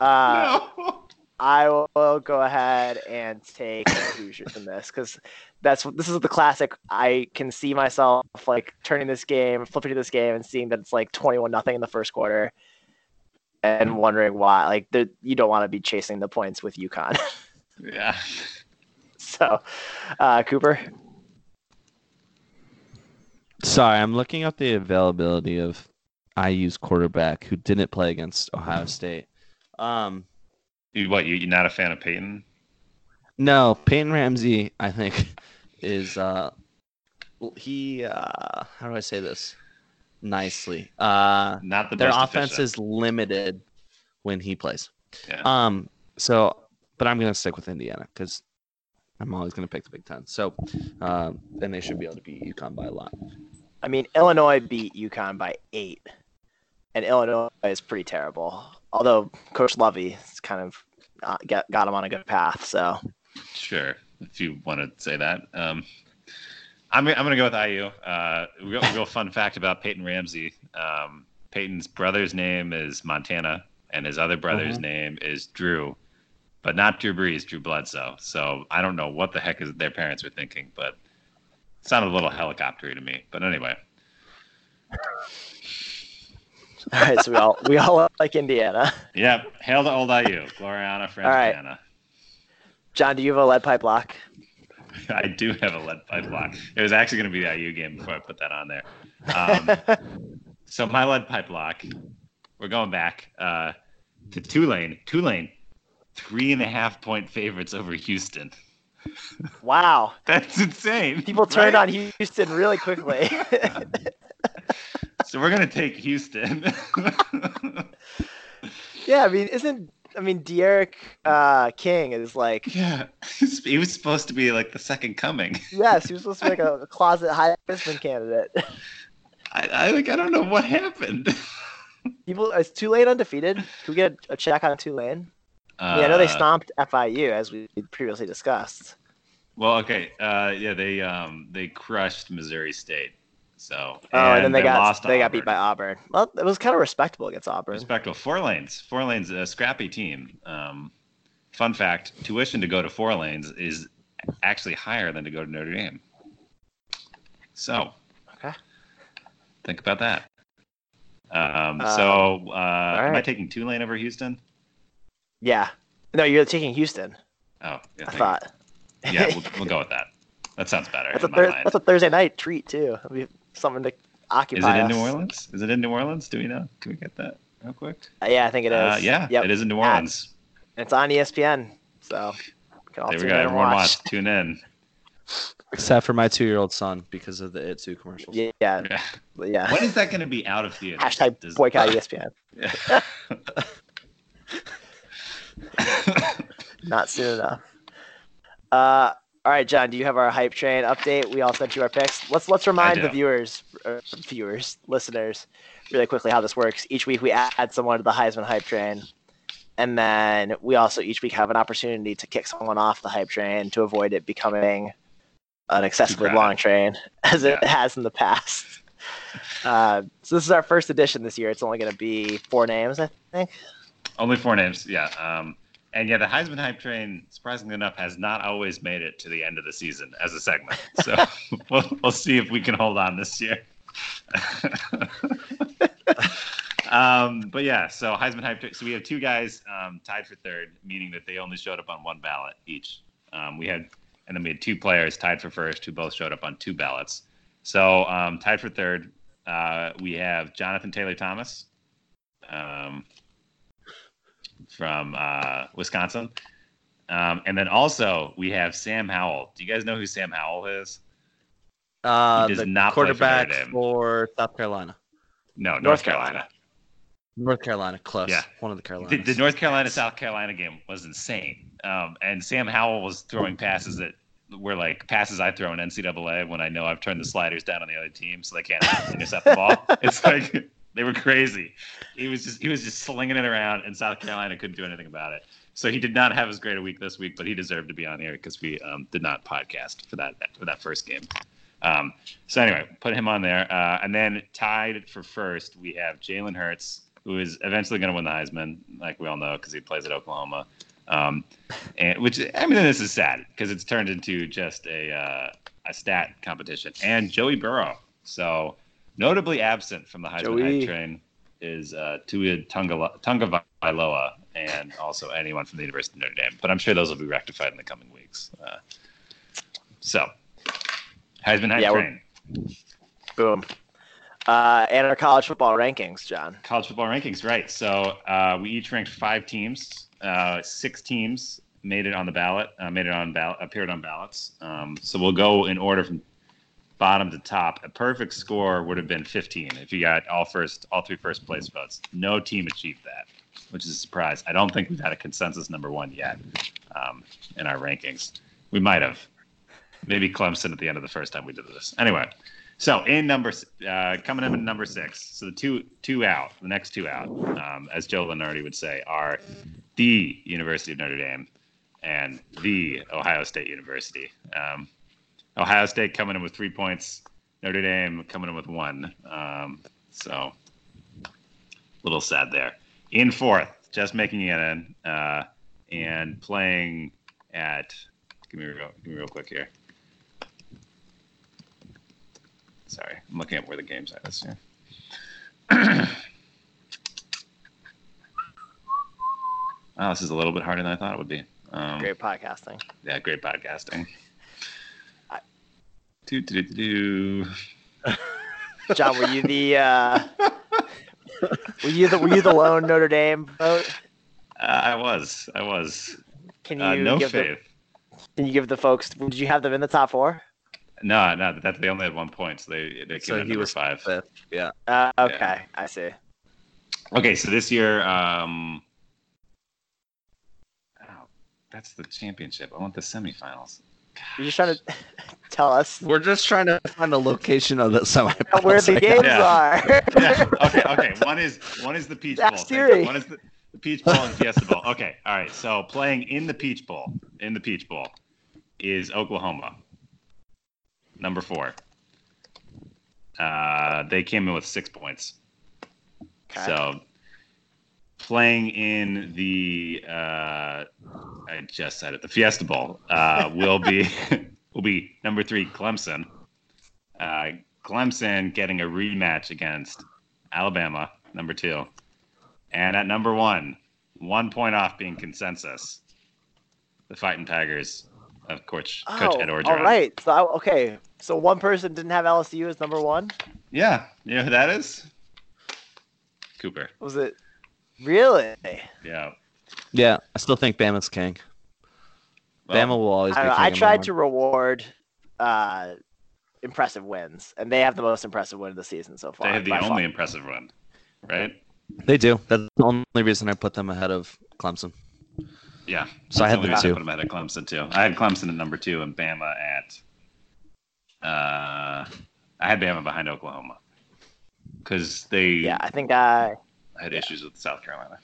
[SPEAKER 1] Uh,
[SPEAKER 2] no.
[SPEAKER 1] I will go ahead and take the Hoosiers in this because that's this is the classic. I can see myself like turning this game, flipping to this game, and seeing that it's like twenty-one nothing in the first quarter, and wondering why. Like the, you don't want to be chasing the points with UConn.
[SPEAKER 2] Yeah.
[SPEAKER 1] so, uh, Cooper,
[SPEAKER 5] Sorry, I'm looking up the availability of IU's quarterback who didn't play against Ohio State. Um,
[SPEAKER 2] You, what, you, you're not a fan of Peyton?
[SPEAKER 5] no, Peyton Ramsey, I think, is uh, l- he? Uh, how do I say this nicely? Uh,
[SPEAKER 2] Not the
[SPEAKER 5] their
[SPEAKER 2] most
[SPEAKER 5] offense
[SPEAKER 2] efficient.
[SPEAKER 5] is limited when he plays.
[SPEAKER 2] Yeah.
[SPEAKER 5] Um, so, but I'm gonna stick with Indiana because I'm always gonna pick the Big Ten. So, um, and they should be able to beat UConn by a lot.
[SPEAKER 1] I mean, Illinois beat UConn by eight, and Illinois is pretty terrible. Although Coach Lovey has kind of uh, got got him on a good path. So,
[SPEAKER 2] Sure, if you want to say that. Um, I'm, I'm going to go with IU. Uh, real, real fun fact about Peyton Ramsey. Um, Peyton's brother's name is Montana, and his other brother's
[SPEAKER 5] Mm-hmm.
[SPEAKER 2] name is Drew, but not Drew Brees, Drew Bledsoe. So I don't know what the heck is their parents were thinking, but it sounded a little helicoptery to me. But anyway,
[SPEAKER 1] all right, so we all we all like Indiana.
[SPEAKER 2] yeah, hail to old IU, Gloriana Frangiana.
[SPEAKER 1] John, do you have a lead pipe lock?
[SPEAKER 2] I do have a lead pipe lock. It was actually going to be the IU game before I put that on there. Um, So my lead pipe lock. We're going back uh, to Tulane. Tulane, three and a half point favorites over Houston.
[SPEAKER 1] wow,
[SPEAKER 2] That's insane.
[SPEAKER 1] people turned
[SPEAKER 2] right?
[SPEAKER 1] on Houston really quickly.
[SPEAKER 2] So we're gonna take Houston.
[SPEAKER 1] yeah, I mean, isn't I mean, Derek uh, King is like
[SPEAKER 2] yeah, he was supposed to be like the second coming.
[SPEAKER 1] Yes, he was supposed to be like a closet high Heisman candidate.
[SPEAKER 2] I, I like I don't know what happened.
[SPEAKER 1] People, is Tulane undefeated? Can we get a, a check on Tulane? I mean, I know they
[SPEAKER 2] Uh,
[SPEAKER 1] stomped FIU as we previously discussed.
[SPEAKER 2] Well, okay, uh, yeah, they um they crushed Missouri State. So
[SPEAKER 1] Oh, and, then they,
[SPEAKER 2] they
[SPEAKER 1] got
[SPEAKER 2] lost to
[SPEAKER 1] they got beat
[SPEAKER 2] Auburn.
[SPEAKER 1] by Auburn. Well, it was kind of respectable against Auburn.
[SPEAKER 2] Respectable. Four lanes. Four lanes. A scrappy team. Um, fun fact: tuition to go to four lanes is actually higher than to go to Notre Dame. So,
[SPEAKER 1] Okay.
[SPEAKER 2] Think about that. Um,
[SPEAKER 1] Uh,
[SPEAKER 2] so, uh, am I
[SPEAKER 1] right.
[SPEAKER 2] taking Tulane over Houston?
[SPEAKER 1] Yeah. No, you're taking Houston.
[SPEAKER 2] Oh, yeah,
[SPEAKER 1] I
[SPEAKER 2] thank-
[SPEAKER 1] thought.
[SPEAKER 2] yeah. We'll, we'll go with that. That sounds better
[SPEAKER 1] that's, a
[SPEAKER 2] in my
[SPEAKER 1] thir-
[SPEAKER 2] mind.
[SPEAKER 1] that's a Thursday night treat too. It'll be something to
[SPEAKER 2] Is
[SPEAKER 1] occupy
[SPEAKER 2] it in
[SPEAKER 1] us.
[SPEAKER 2] New Orleans? Is it in New Orleans? Do we know? Can we get that real quick?
[SPEAKER 1] Uh, yeah, I think it is.
[SPEAKER 2] Uh, yeah,
[SPEAKER 1] Yep.
[SPEAKER 2] it is in New
[SPEAKER 1] Yeah.
[SPEAKER 2] Orleans.
[SPEAKER 1] And it's on E ESPN, so we can all
[SPEAKER 2] there we
[SPEAKER 1] tune
[SPEAKER 2] go.
[SPEAKER 1] in and
[SPEAKER 2] Everyone
[SPEAKER 1] watch.
[SPEAKER 2] watch. Tune in.
[SPEAKER 5] Except for my two-year-old son because of the Itsu commercials.
[SPEAKER 1] Yeah, yeah.
[SPEAKER 2] Yeah.
[SPEAKER 1] yeah.
[SPEAKER 2] When is that going to be out of theater?
[SPEAKER 1] Hashtag boycott E ESPN. Not soon enough. Uh, all right, John. Do you have our hype train update? We all sent you our picks. Let's let's remind the
[SPEAKER 2] do.
[SPEAKER 1] viewers, er, viewers, listeners, really quickly how this works. Each week we add someone to the Heisman hype train, and then we also each week have an opportunity to kick someone off the hype train to avoid it becoming an excessively
[SPEAKER 2] crowded.
[SPEAKER 1] long train as it
[SPEAKER 2] Yeah.
[SPEAKER 1] has in the past. Uh, so this is our first edition this year. It's only going to be four names, I think.
[SPEAKER 2] Only four names, yeah. Um, and yeah, the Heisman hype train, surprisingly enough, has not always made it to the end of the season as a segment. So we'll, we'll see if we can hold on this year. um, but yeah, so Heisman hype. Tra- so we have two guys um, tied for third, meaning that they only showed up on one ballot each. Um, we had, and then we had two players tied for first who both showed up on two ballots. So um, tied for third, uh, we have Jonathan Taylor Thomas. Um, from uh, Wisconsin. Um, and then also we have Sam Howell. Do you guys know who Sam Howell is?
[SPEAKER 5] Uh,
[SPEAKER 2] He does
[SPEAKER 5] the
[SPEAKER 2] not play for
[SPEAKER 5] quarterback
[SPEAKER 2] Notre Dame.
[SPEAKER 5] for South Carolina,
[SPEAKER 2] No, North, Carolina.
[SPEAKER 1] Carolina.
[SPEAKER 5] North Carolina, close.
[SPEAKER 2] Yeah.
[SPEAKER 5] one of the Carolinas.
[SPEAKER 2] The, the North Carolina South Carolina game was insane. Um, and Sam Howell was throwing passes that were like passes I throw in NCAA when I know I've turned the sliders down on the other team so they can't intercept the ball. It's like they were crazy. He was just he was just slinging it around, and South Carolina couldn't do anything about it. So he did not have as great a week this week, but he deserved to be on here because we um, did not podcast for that for that first game. Um, so anyway, put him on there, uh, and then tied for first, we have Jalen Hurts, who is eventually going to win the Heisman, like we all know, because he plays at Oklahoma. Um, and which I mean, this is sad because it's turned into just a uh, a stat competition. And Joey Burrow, so notably absent from the Heisman
[SPEAKER 1] Joey.
[SPEAKER 2] hype train, is uh, Tua Tungala- Tungavailoa, and also anyone from the University of Notre Dame. But I'm sure those will be rectified in the coming weeks. Uh, So, Heisman Hype
[SPEAKER 1] Yeah, we're-
[SPEAKER 2] Train.
[SPEAKER 1] Boom. Uh, and our college football rankings, John.
[SPEAKER 2] College football rankings, right. So uh, we each ranked five teams. Uh, six teams made it on the ballot, uh, made it on ballot, appeared on ballots. Um, so we'll go in order from bottom to top. A perfect score would have been 15 if you got all first, all three first place votes. No team achieved that, which is a surprise. I don't think we've had a consensus number one yet um, in our rankings. We might have, maybe Clemson at the end of the first time we did this. Anyway, so in number s- uh, coming in at number six, so the two two out, the next two out, um, as Joe Lenardi would say, are the University of Notre Dame and the Ohio State University. Um, Ohio State coming in with three points, Notre Dame coming in with one. Um, so a little sad there. In fourth, just making it in uh, and playing at. Give me real, give me real quick here. Sorry, I'm looking at where the game's at this year. oh, this is a little bit harder than I thought it would be. Um,
[SPEAKER 1] Great podcasting.
[SPEAKER 2] Yeah, great podcasting.
[SPEAKER 1] I-
[SPEAKER 2] Do, do, do, do.
[SPEAKER 1] John, were you the uh, were you the were you the lone Notre Dame vote?
[SPEAKER 2] Uh, I was, I was.
[SPEAKER 1] Can you
[SPEAKER 2] Uh, no
[SPEAKER 1] give the,
[SPEAKER 2] faith.
[SPEAKER 1] can you give the folks? Did you have them in the top four?
[SPEAKER 2] No, no, that they only had one point, so they they came
[SPEAKER 4] So
[SPEAKER 2] in at
[SPEAKER 4] he
[SPEAKER 2] number
[SPEAKER 4] was
[SPEAKER 2] five.
[SPEAKER 4] fifth.
[SPEAKER 1] Uh,
[SPEAKER 2] Yeah.
[SPEAKER 1] okay, I see.
[SPEAKER 2] Okay, so this year, um, oh, that's the championship. I want the semifinals.
[SPEAKER 1] You're just trying to tell us
[SPEAKER 3] We're just trying to find the location of the semi.
[SPEAKER 1] where the games
[SPEAKER 2] Yeah.
[SPEAKER 1] are.
[SPEAKER 2] yeah. Okay. Okay. One is one is the Peach Bowl.
[SPEAKER 1] That's
[SPEAKER 2] Thank you.
[SPEAKER 1] theory.
[SPEAKER 2] One is the, the Peach Bowl and Fiesta Bowl. Okay. All right. So playing in the Peach Bowl, in the Peach Bowl, is Oklahoma. Number four. Uh, they came in with six points.
[SPEAKER 1] Okay.
[SPEAKER 2] So playing in the uh, I just said it, the Fiesta Bowl uh, will be will be number three Clemson. Uh, Clemson getting a rematch against Alabama, number two, and at number one, one point off being consensus, the Fighting Tigers of coach Coach
[SPEAKER 1] oh,
[SPEAKER 2] Ed Orgeron.
[SPEAKER 1] all right. So I- okay, so one person didn't have LSU as number one.
[SPEAKER 2] Yeah, you know who that is? Cooper.
[SPEAKER 1] Was it really?
[SPEAKER 2] Yeah.
[SPEAKER 3] Yeah, I still think Bama's king.
[SPEAKER 2] Well,
[SPEAKER 3] Bama will always
[SPEAKER 1] I,
[SPEAKER 3] be
[SPEAKER 1] don't know,
[SPEAKER 3] king.
[SPEAKER 1] I
[SPEAKER 3] in my
[SPEAKER 1] tried
[SPEAKER 3] mind.
[SPEAKER 1] to reward uh, impressive wins, and they have the most impressive win of the season so far.
[SPEAKER 2] They have the
[SPEAKER 1] by
[SPEAKER 2] only
[SPEAKER 1] far.
[SPEAKER 2] impressive one, right?
[SPEAKER 3] They do. That's the only reason I put them ahead of Clemson.
[SPEAKER 2] Yeah.
[SPEAKER 3] So I
[SPEAKER 2] That's the
[SPEAKER 3] had them
[SPEAKER 2] only reason I
[SPEAKER 3] too.
[SPEAKER 2] Put them at Clemson too. I had Clemson at number two and Bama at. Uh, I had Bama behind Oklahoma because they
[SPEAKER 1] Yeah, I think uh,
[SPEAKER 2] had issues with South Carolina.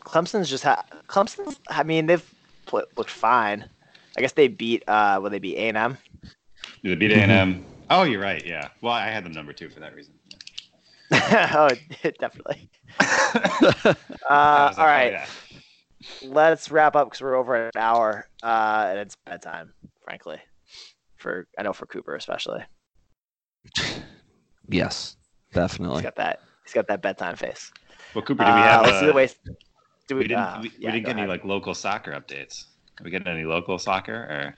[SPEAKER 1] Clemson's just ha- Clemson's. I mean, they've pl- looked fine. I guess they beat. Uh, well, they beat A and M.
[SPEAKER 2] Did they beat A and M?
[SPEAKER 1] Mm-hmm.
[SPEAKER 2] Oh, you're right. Yeah. Well, I had them number two for that reason.
[SPEAKER 1] oh, definitely.
[SPEAKER 2] I
[SPEAKER 1] Uh,
[SPEAKER 2] was like,
[SPEAKER 1] all
[SPEAKER 2] oh,
[SPEAKER 1] right,
[SPEAKER 2] yeah.
[SPEAKER 1] let's wrap up because we're over an hour, uh, and it's bedtime, frankly. For I know for Cooper especially,
[SPEAKER 3] Yes,
[SPEAKER 1] he's
[SPEAKER 3] definitely.
[SPEAKER 1] got that. He's got that bedtime face.
[SPEAKER 2] Well, Cooper, do we
[SPEAKER 1] Uh,
[SPEAKER 2] have?
[SPEAKER 1] let's
[SPEAKER 2] uh,
[SPEAKER 1] do the waste. Do
[SPEAKER 2] we didn't.
[SPEAKER 1] uh,
[SPEAKER 2] we, we
[SPEAKER 1] yeah,
[SPEAKER 2] didn't
[SPEAKER 1] go
[SPEAKER 2] get any
[SPEAKER 1] ahead.
[SPEAKER 2] like local soccer updates. Did we get any local soccer or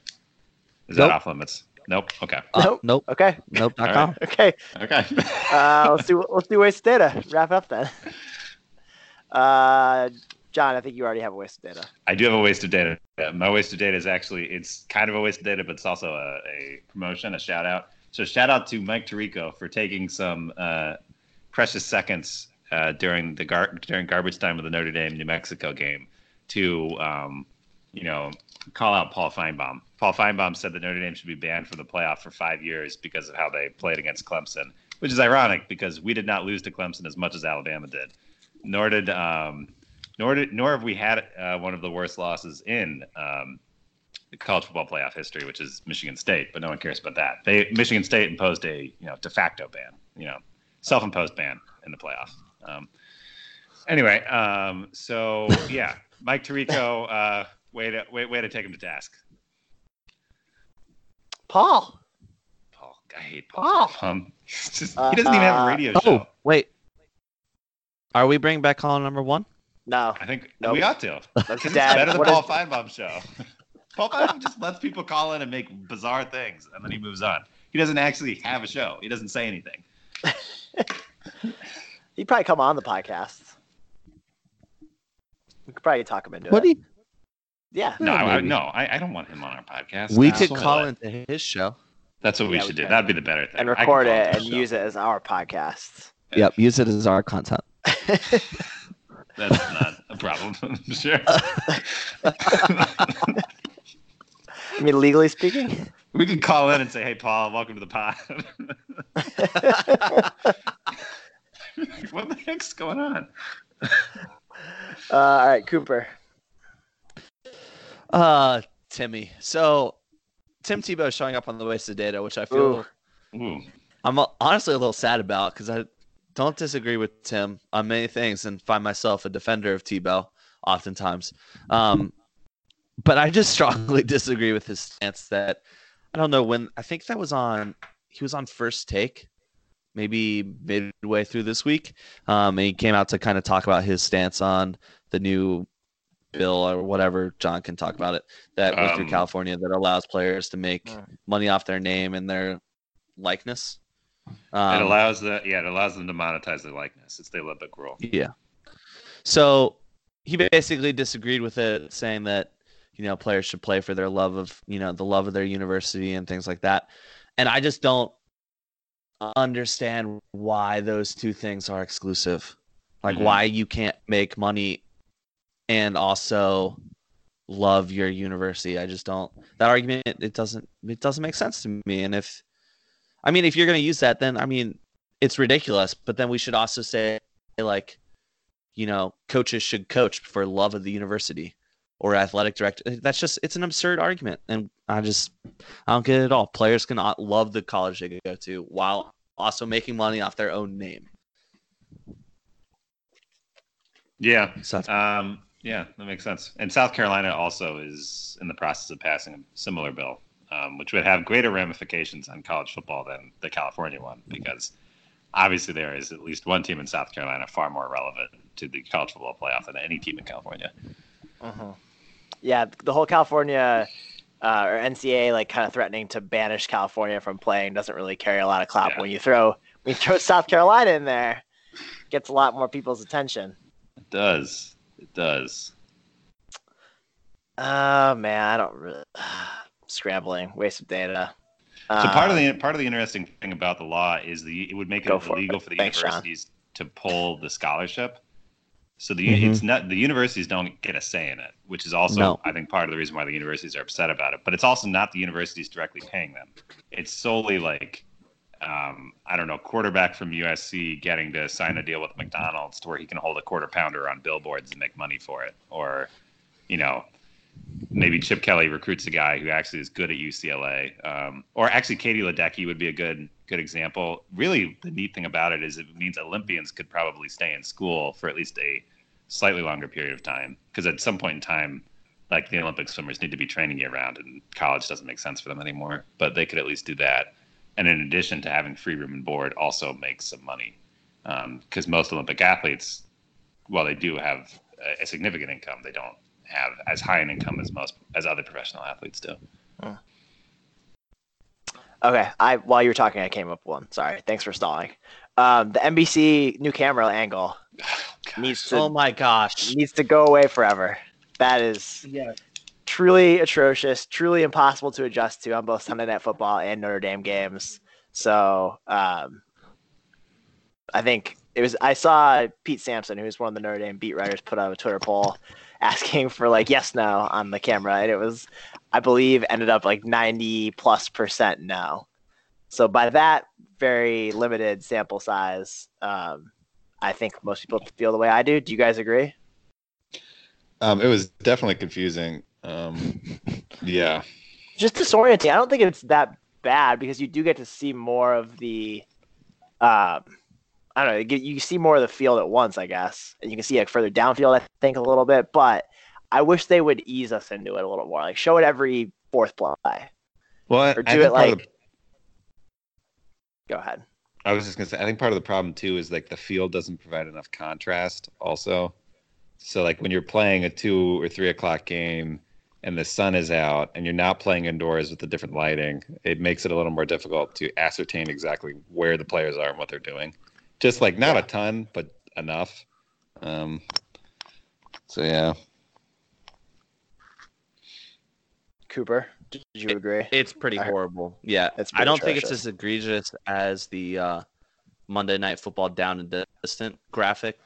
[SPEAKER 2] is
[SPEAKER 3] Nope.
[SPEAKER 2] that off limits? Nope. Okay.
[SPEAKER 3] Uh,
[SPEAKER 1] Nope.
[SPEAKER 3] nope.
[SPEAKER 1] Okay.
[SPEAKER 3] Nope.
[SPEAKER 2] All
[SPEAKER 3] Dot
[SPEAKER 2] right.
[SPEAKER 3] com.
[SPEAKER 1] Okay.
[SPEAKER 2] Okay.
[SPEAKER 1] Uh, let's do. Let's do waste data. Wrap up then. Uh, John, I think you already have a waste data.
[SPEAKER 2] I do have a waste of data. Uh, My waste of data is actually it's kind of a waste of data, but it's also a, a promotion, a shout out. So shout out to Mike Tirico for taking some uh, precious seconds uh, during the gar- during garbage time of the Notre Dame New Mexico game to um, you know call out Paul Feinbaum. Paul Feinbaum said that Notre Dame should be banned from the playoff for five years because of how they played against Clemson, which is ironic because we did not lose to Clemson as much as Alabama did, nor did um, nor did nor have we had uh, one of the worst losses in um, college football playoff history, which is Michigan State. But no one cares about that. They Michigan State imposed a you know de facto ban, you know, self-imposed ban in the playoff. Um, anyway, um, so yeah, Mike Tirico, uh, way to way, way to take him to task.
[SPEAKER 1] Paul.
[SPEAKER 2] Paul, I hate
[SPEAKER 1] Paul.
[SPEAKER 2] Paul. Um, he's just- he doesn't even have a
[SPEAKER 1] Uh,
[SPEAKER 2] radio show.
[SPEAKER 3] Oh, wait. Are we bringing back caller number one?
[SPEAKER 1] No.
[SPEAKER 2] I think
[SPEAKER 1] Nope.
[SPEAKER 2] we ought to.
[SPEAKER 1] That's
[SPEAKER 2] Because it's
[SPEAKER 1] dad.
[SPEAKER 2] better than
[SPEAKER 1] What is-
[SPEAKER 2] Paul Feinbaum show. Tolkien just lets people call in and make bizarre things, and then he moves on. He doesn't actually have a show. He doesn't say anything.
[SPEAKER 1] He'd probably come on the podcast. We could probably talk him into
[SPEAKER 3] What
[SPEAKER 1] it.
[SPEAKER 3] do you?
[SPEAKER 1] yeah.
[SPEAKER 2] No, I, I-
[SPEAKER 3] maybe.
[SPEAKER 2] no, I, I don't want him on our podcast.
[SPEAKER 3] We
[SPEAKER 2] Nah.
[SPEAKER 3] could
[SPEAKER 2] Soil
[SPEAKER 3] call
[SPEAKER 2] it.
[SPEAKER 3] into his show.
[SPEAKER 2] That's what we
[SPEAKER 1] Yeah, we
[SPEAKER 2] should do.
[SPEAKER 1] can.
[SPEAKER 2] That'd be the better thing.
[SPEAKER 1] And
[SPEAKER 2] I can
[SPEAKER 1] record
[SPEAKER 2] call
[SPEAKER 1] it
[SPEAKER 2] into
[SPEAKER 1] and
[SPEAKER 2] the show.
[SPEAKER 1] use it as our podcast.
[SPEAKER 3] Yep, use it as our content.
[SPEAKER 2] That's not a problem. I'm sure.
[SPEAKER 1] I mean, legally speaking.
[SPEAKER 2] we can call in and say, "Hey, Paul, welcome to the pod." what the heck's going on?
[SPEAKER 1] Uh, all right, Cooper.
[SPEAKER 4] Uh,
[SPEAKER 3] Timmy. So Tim Tebow is showing up on the wasted data, which I feel
[SPEAKER 1] Ooh.
[SPEAKER 2] Ooh,
[SPEAKER 3] I'm a- honestly a little sad about because I don't disagree with Tim on many things and find myself a defender of Tebow oftentimes. Um, but I just strongly disagree with his stance that I don't know when I think that was on he was on first take maybe midway through this week. Um, and he came out to kind of talk about his stance on the new bill or whatever John can talk about it that went through
[SPEAKER 2] Um,
[SPEAKER 3] California that allows players to make
[SPEAKER 1] Mm.
[SPEAKER 3] money off their name and their likeness.
[SPEAKER 2] it
[SPEAKER 3] Um,
[SPEAKER 2] allows the yeah, it allows them to monetize their likeness. It's the Olympic rule.
[SPEAKER 3] yeah. So he basically disagreed with it, saying that you know players should play for their love of you know the love of their university and things like that. And I just don't understand why those two things are exclusive. Like
[SPEAKER 2] Mhm.
[SPEAKER 3] why you can't make money and also love your university. I just don't that argument it doesn't it doesn't make sense to me. And if I mean if you're gonna use that then I mean it's ridiculous. But then we should also say like, you know, coaches should coach for love of the university or athletic director. That's just it's an absurd argument. And I just I don't get it at all. Players cannot love the college they go to while also making money off their own name.
[SPEAKER 2] Yeah,
[SPEAKER 3] So that's
[SPEAKER 2] Um, yeah, that makes sense. And South Carolina also is in the process of passing a similar bill, um, which would have greater ramifications on college football than the California one, because obviously there is at least one team in South Carolina far more relevant to the college football playoff than any team in California.
[SPEAKER 1] Uh-huh. Yeah, the whole California uh, or NCAA like kind of threatening to banish California from playing doesn't really carry a lot of clout.
[SPEAKER 2] Yeah.
[SPEAKER 1] When you throw when you throw South Carolina in there, gets a lot more people's attention.
[SPEAKER 2] It does. It does.
[SPEAKER 1] Oh man, I don't really scrambling, waste of data. Uh,
[SPEAKER 2] So part of the part of the interesting thing about the law is the it would make it
[SPEAKER 1] Ah. Go for
[SPEAKER 2] illegal for the
[SPEAKER 1] Thanks, Sean.
[SPEAKER 2] universities to pull the scholarship. So the
[SPEAKER 1] Mm-hmm.
[SPEAKER 3] Mhm.
[SPEAKER 2] it's not the universities don't get a say in it, which is also
[SPEAKER 3] No.
[SPEAKER 2] I think part of the reason why the universities are upset about it. But it's also not the universities directly paying them. It's solely like um, I don't know quarterback from USC getting to sign a deal with McDonald's to where he can hold a quarter pounder on billboards and make money for it, or you know maybe Chip Kelly recruits a guy who actually is good at UCLA, um, or actually Katie Ledecky would be a good good example. Really, the neat thing about it is it means Olympians could probably stay in school for at least a slightly longer period of time because at some point in time, like the Olympic swimmers need to be training year round, and college doesn't make sense for them anymore. But they could at least do that, and in addition to having free room and board, also make some money because most Olympic athletes, while they do have a, a significant income, they don't have as high an income as most as other professional athletes do.
[SPEAKER 1] Okay, I while you were talking, I came up with one. Sorry, thanks for stalling. Um, the NBC new camera angle needs to
[SPEAKER 3] oh my gosh.
[SPEAKER 1] needs to go away forever. That is
[SPEAKER 3] Yeah.
[SPEAKER 1] truly atrocious, truly impossible to adjust to on both Sunday Night Football and Notre Dame games. So um, I think it was I saw Pete Sampson, who's one of the Notre Dame beat writers, put out a Twitter poll asking for like yes no on the camera, and it was I believe ended up like ninety plus percent no. So by that very limited sample size, um, I think most people feel the way I do. Do you guys agree?
[SPEAKER 6] Um, it was definitely confusing. Um, yeah.
[SPEAKER 1] just disorienting. I don't think it's that bad because you do get to see more of the, um, I don't know. You, get- you see more of the field at once, I guess, and you can see like further downfield. I think a little bit, but I wish they would ease us into it a little more. Like show it every fourth play.
[SPEAKER 6] Well, I-
[SPEAKER 1] Or
[SPEAKER 6] I
[SPEAKER 1] do it
[SPEAKER 6] think part of the-
[SPEAKER 1] Go ahead.
[SPEAKER 6] I was just gonna say, I think part of the problem too is like the field doesn't provide enough contrast. Also, so like when you're playing a two or three o'clock game,
[SPEAKER 2] and the sun is out and you're not playing indoors with the different lighting, it makes it a little more difficult to ascertain exactly where the players are and what they're doing. Just like not a ton, but enough. Um, so yeah,
[SPEAKER 1] Cooper, did you agree?
[SPEAKER 3] It's pretty
[SPEAKER 1] I-
[SPEAKER 3] horrible. Yeah.
[SPEAKER 1] It's
[SPEAKER 3] I don't think it's
[SPEAKER 1] atrocious.
[SPEAKER 3] as egregious as the uh, Monday Night Football down and distant graphic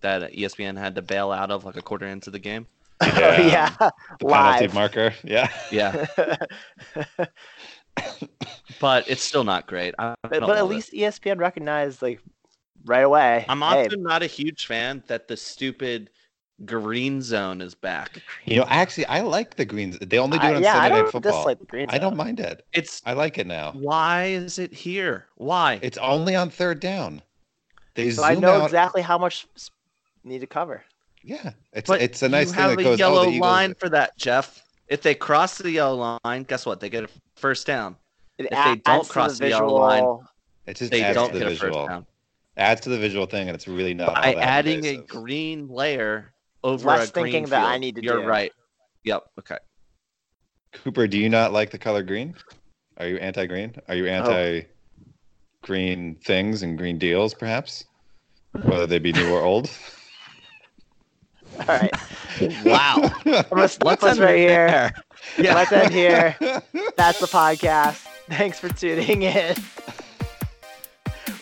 [SPEAKER 3] that E ESPN had to bail out of like a quarter into the game.
[SPEAKER 1] Oh, yeah.
[SPEAKER 2] the
[SPEAKER 1] Live.
[SPEAKER 2] penalty marker. Yeah,
[SPEAKER 3] Yeah. but it's still not great. I
[SPEAKER 1] but,
[SPEAKER 3] don't
[SPEAKER 1] but at
[SPEAKER 3] love it.
[SPEAKER 1] least E ESPN recognized like right away.
[SPEAKER 3] I'm
[SPEAKER 1] hey,
[SPEAKER 3] also not a huge fan that the stupid green zone is back.
[SPEAKER 2] you know, actually, I like the greens. They only do it
[SPEAKER 1] I-
[SPEAKER 2] on
[SPEAKER 1] yeah, I
[SPEAKER 2] Sunday
[SPEAKER 1] don't
[SPEAKER 2] Night Football.
[SPEAKER 1] dislike the green.
[SPEAKER 2] I don't
[SPEAKER 1] zone.
[SPEAKER 2] mind it.
[SPEAKER 3] It's
[SPEAKER 2] I like it now.
[SPEAKER 3] why is it here? Why?
[SPEAKER 2] It's only on third down. They
[SPEAKER 1] So
[SPEAKER 2] zoom
[SPEAKER 1] I know
[SPEAKER 2] out.
[SPEAKER 1] exactly how much s- need to cover.
[SPEAKER 2] Yeah, it's
[SPEAKER 3] But
[SPEAKER 2] it's a nice
[SPEAKER 3] you
[SPEAKER 2] thing
[SPEAKER 3] have
[SPEAKER 2] that
[SPEAKER 3] a
[SPEAKER 2] goes.
[SPEAKER 3] yellow
[SPEAKER 2] oh, the Eagles-
[SPEAKER 3] line for that, Jeff. If they cross the yellow line, guess what? They get a first down.
[SPEAKER 1] It
[SPEAKER 3] they
[SPEAKER 1] a-
[SPEAKER 3] don't
[SPEAKER 1] adds to
[SPEAKER 3] cross the yellow
[SPEAKER 1] visual.
[SPEAKER 3] line,
[SPEAKER 2] It just
[SPEAKER 3] They
[SPEAKER 2] adds
[SPEAKER 3] don't
[SPEAKER 2] to
[SPEAKER 3] get
[SPEAKER 2] the
[SPEAKER 3] a first
[SPEAKER 2] visual.
[SPEAKER 3] down.
[SPEAKER 2] adds to the visual thing, and it's really not. all
[SPEAKER 3] By
[SPEAKER 2] that
[SPEAKER 3] adding a
[SPEAKER 2] invasive.
[SPEAKER 3] green layer over
[SPEAKER 1] Less
[SPEAKER 3] a green
[SPEAKER 1] thinking that I
[SPEAKER 3] field.
[SPEAKER 1] need to
[SPEAKER 3] You're
[SPEAKER 1] do.
[SPEAKER 3] right. Yep. Okay.
[SPEAKER 2] Cooper, do you not like the color green? Are you anti-green? Are
[SPEAKER 1] Oh.
[SPEAKER 2] you anti-green things and green deals, perhaps? Whether they be new or old.
[SPEAKER 1] All right,
[SPEAKER 3] Wow.
[SPEAKER 1] I'm gonna stop us right here. Let's end here. That's the podcast. Thanks for tuning in.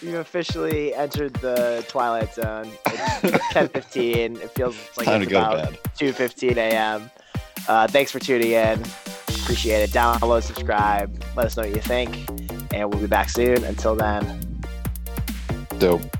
[SPEAKER 1] We've officially entered the twilight zone. It's 10:15. It feels like
[SPEAKER 2] Time to
[SPEAKER 1] it's
[SPEAKER 2] go
[SPEAKER 1] about
[SPEAKER 2] to bed.
[SPEAKER 1] 2:15 a.m. Uh, thanks for tuning in. Appreciate it. Download, subscribe. Let us know what you think, and we'll be back soon. Until then.
[SPEAKER 2] Dope.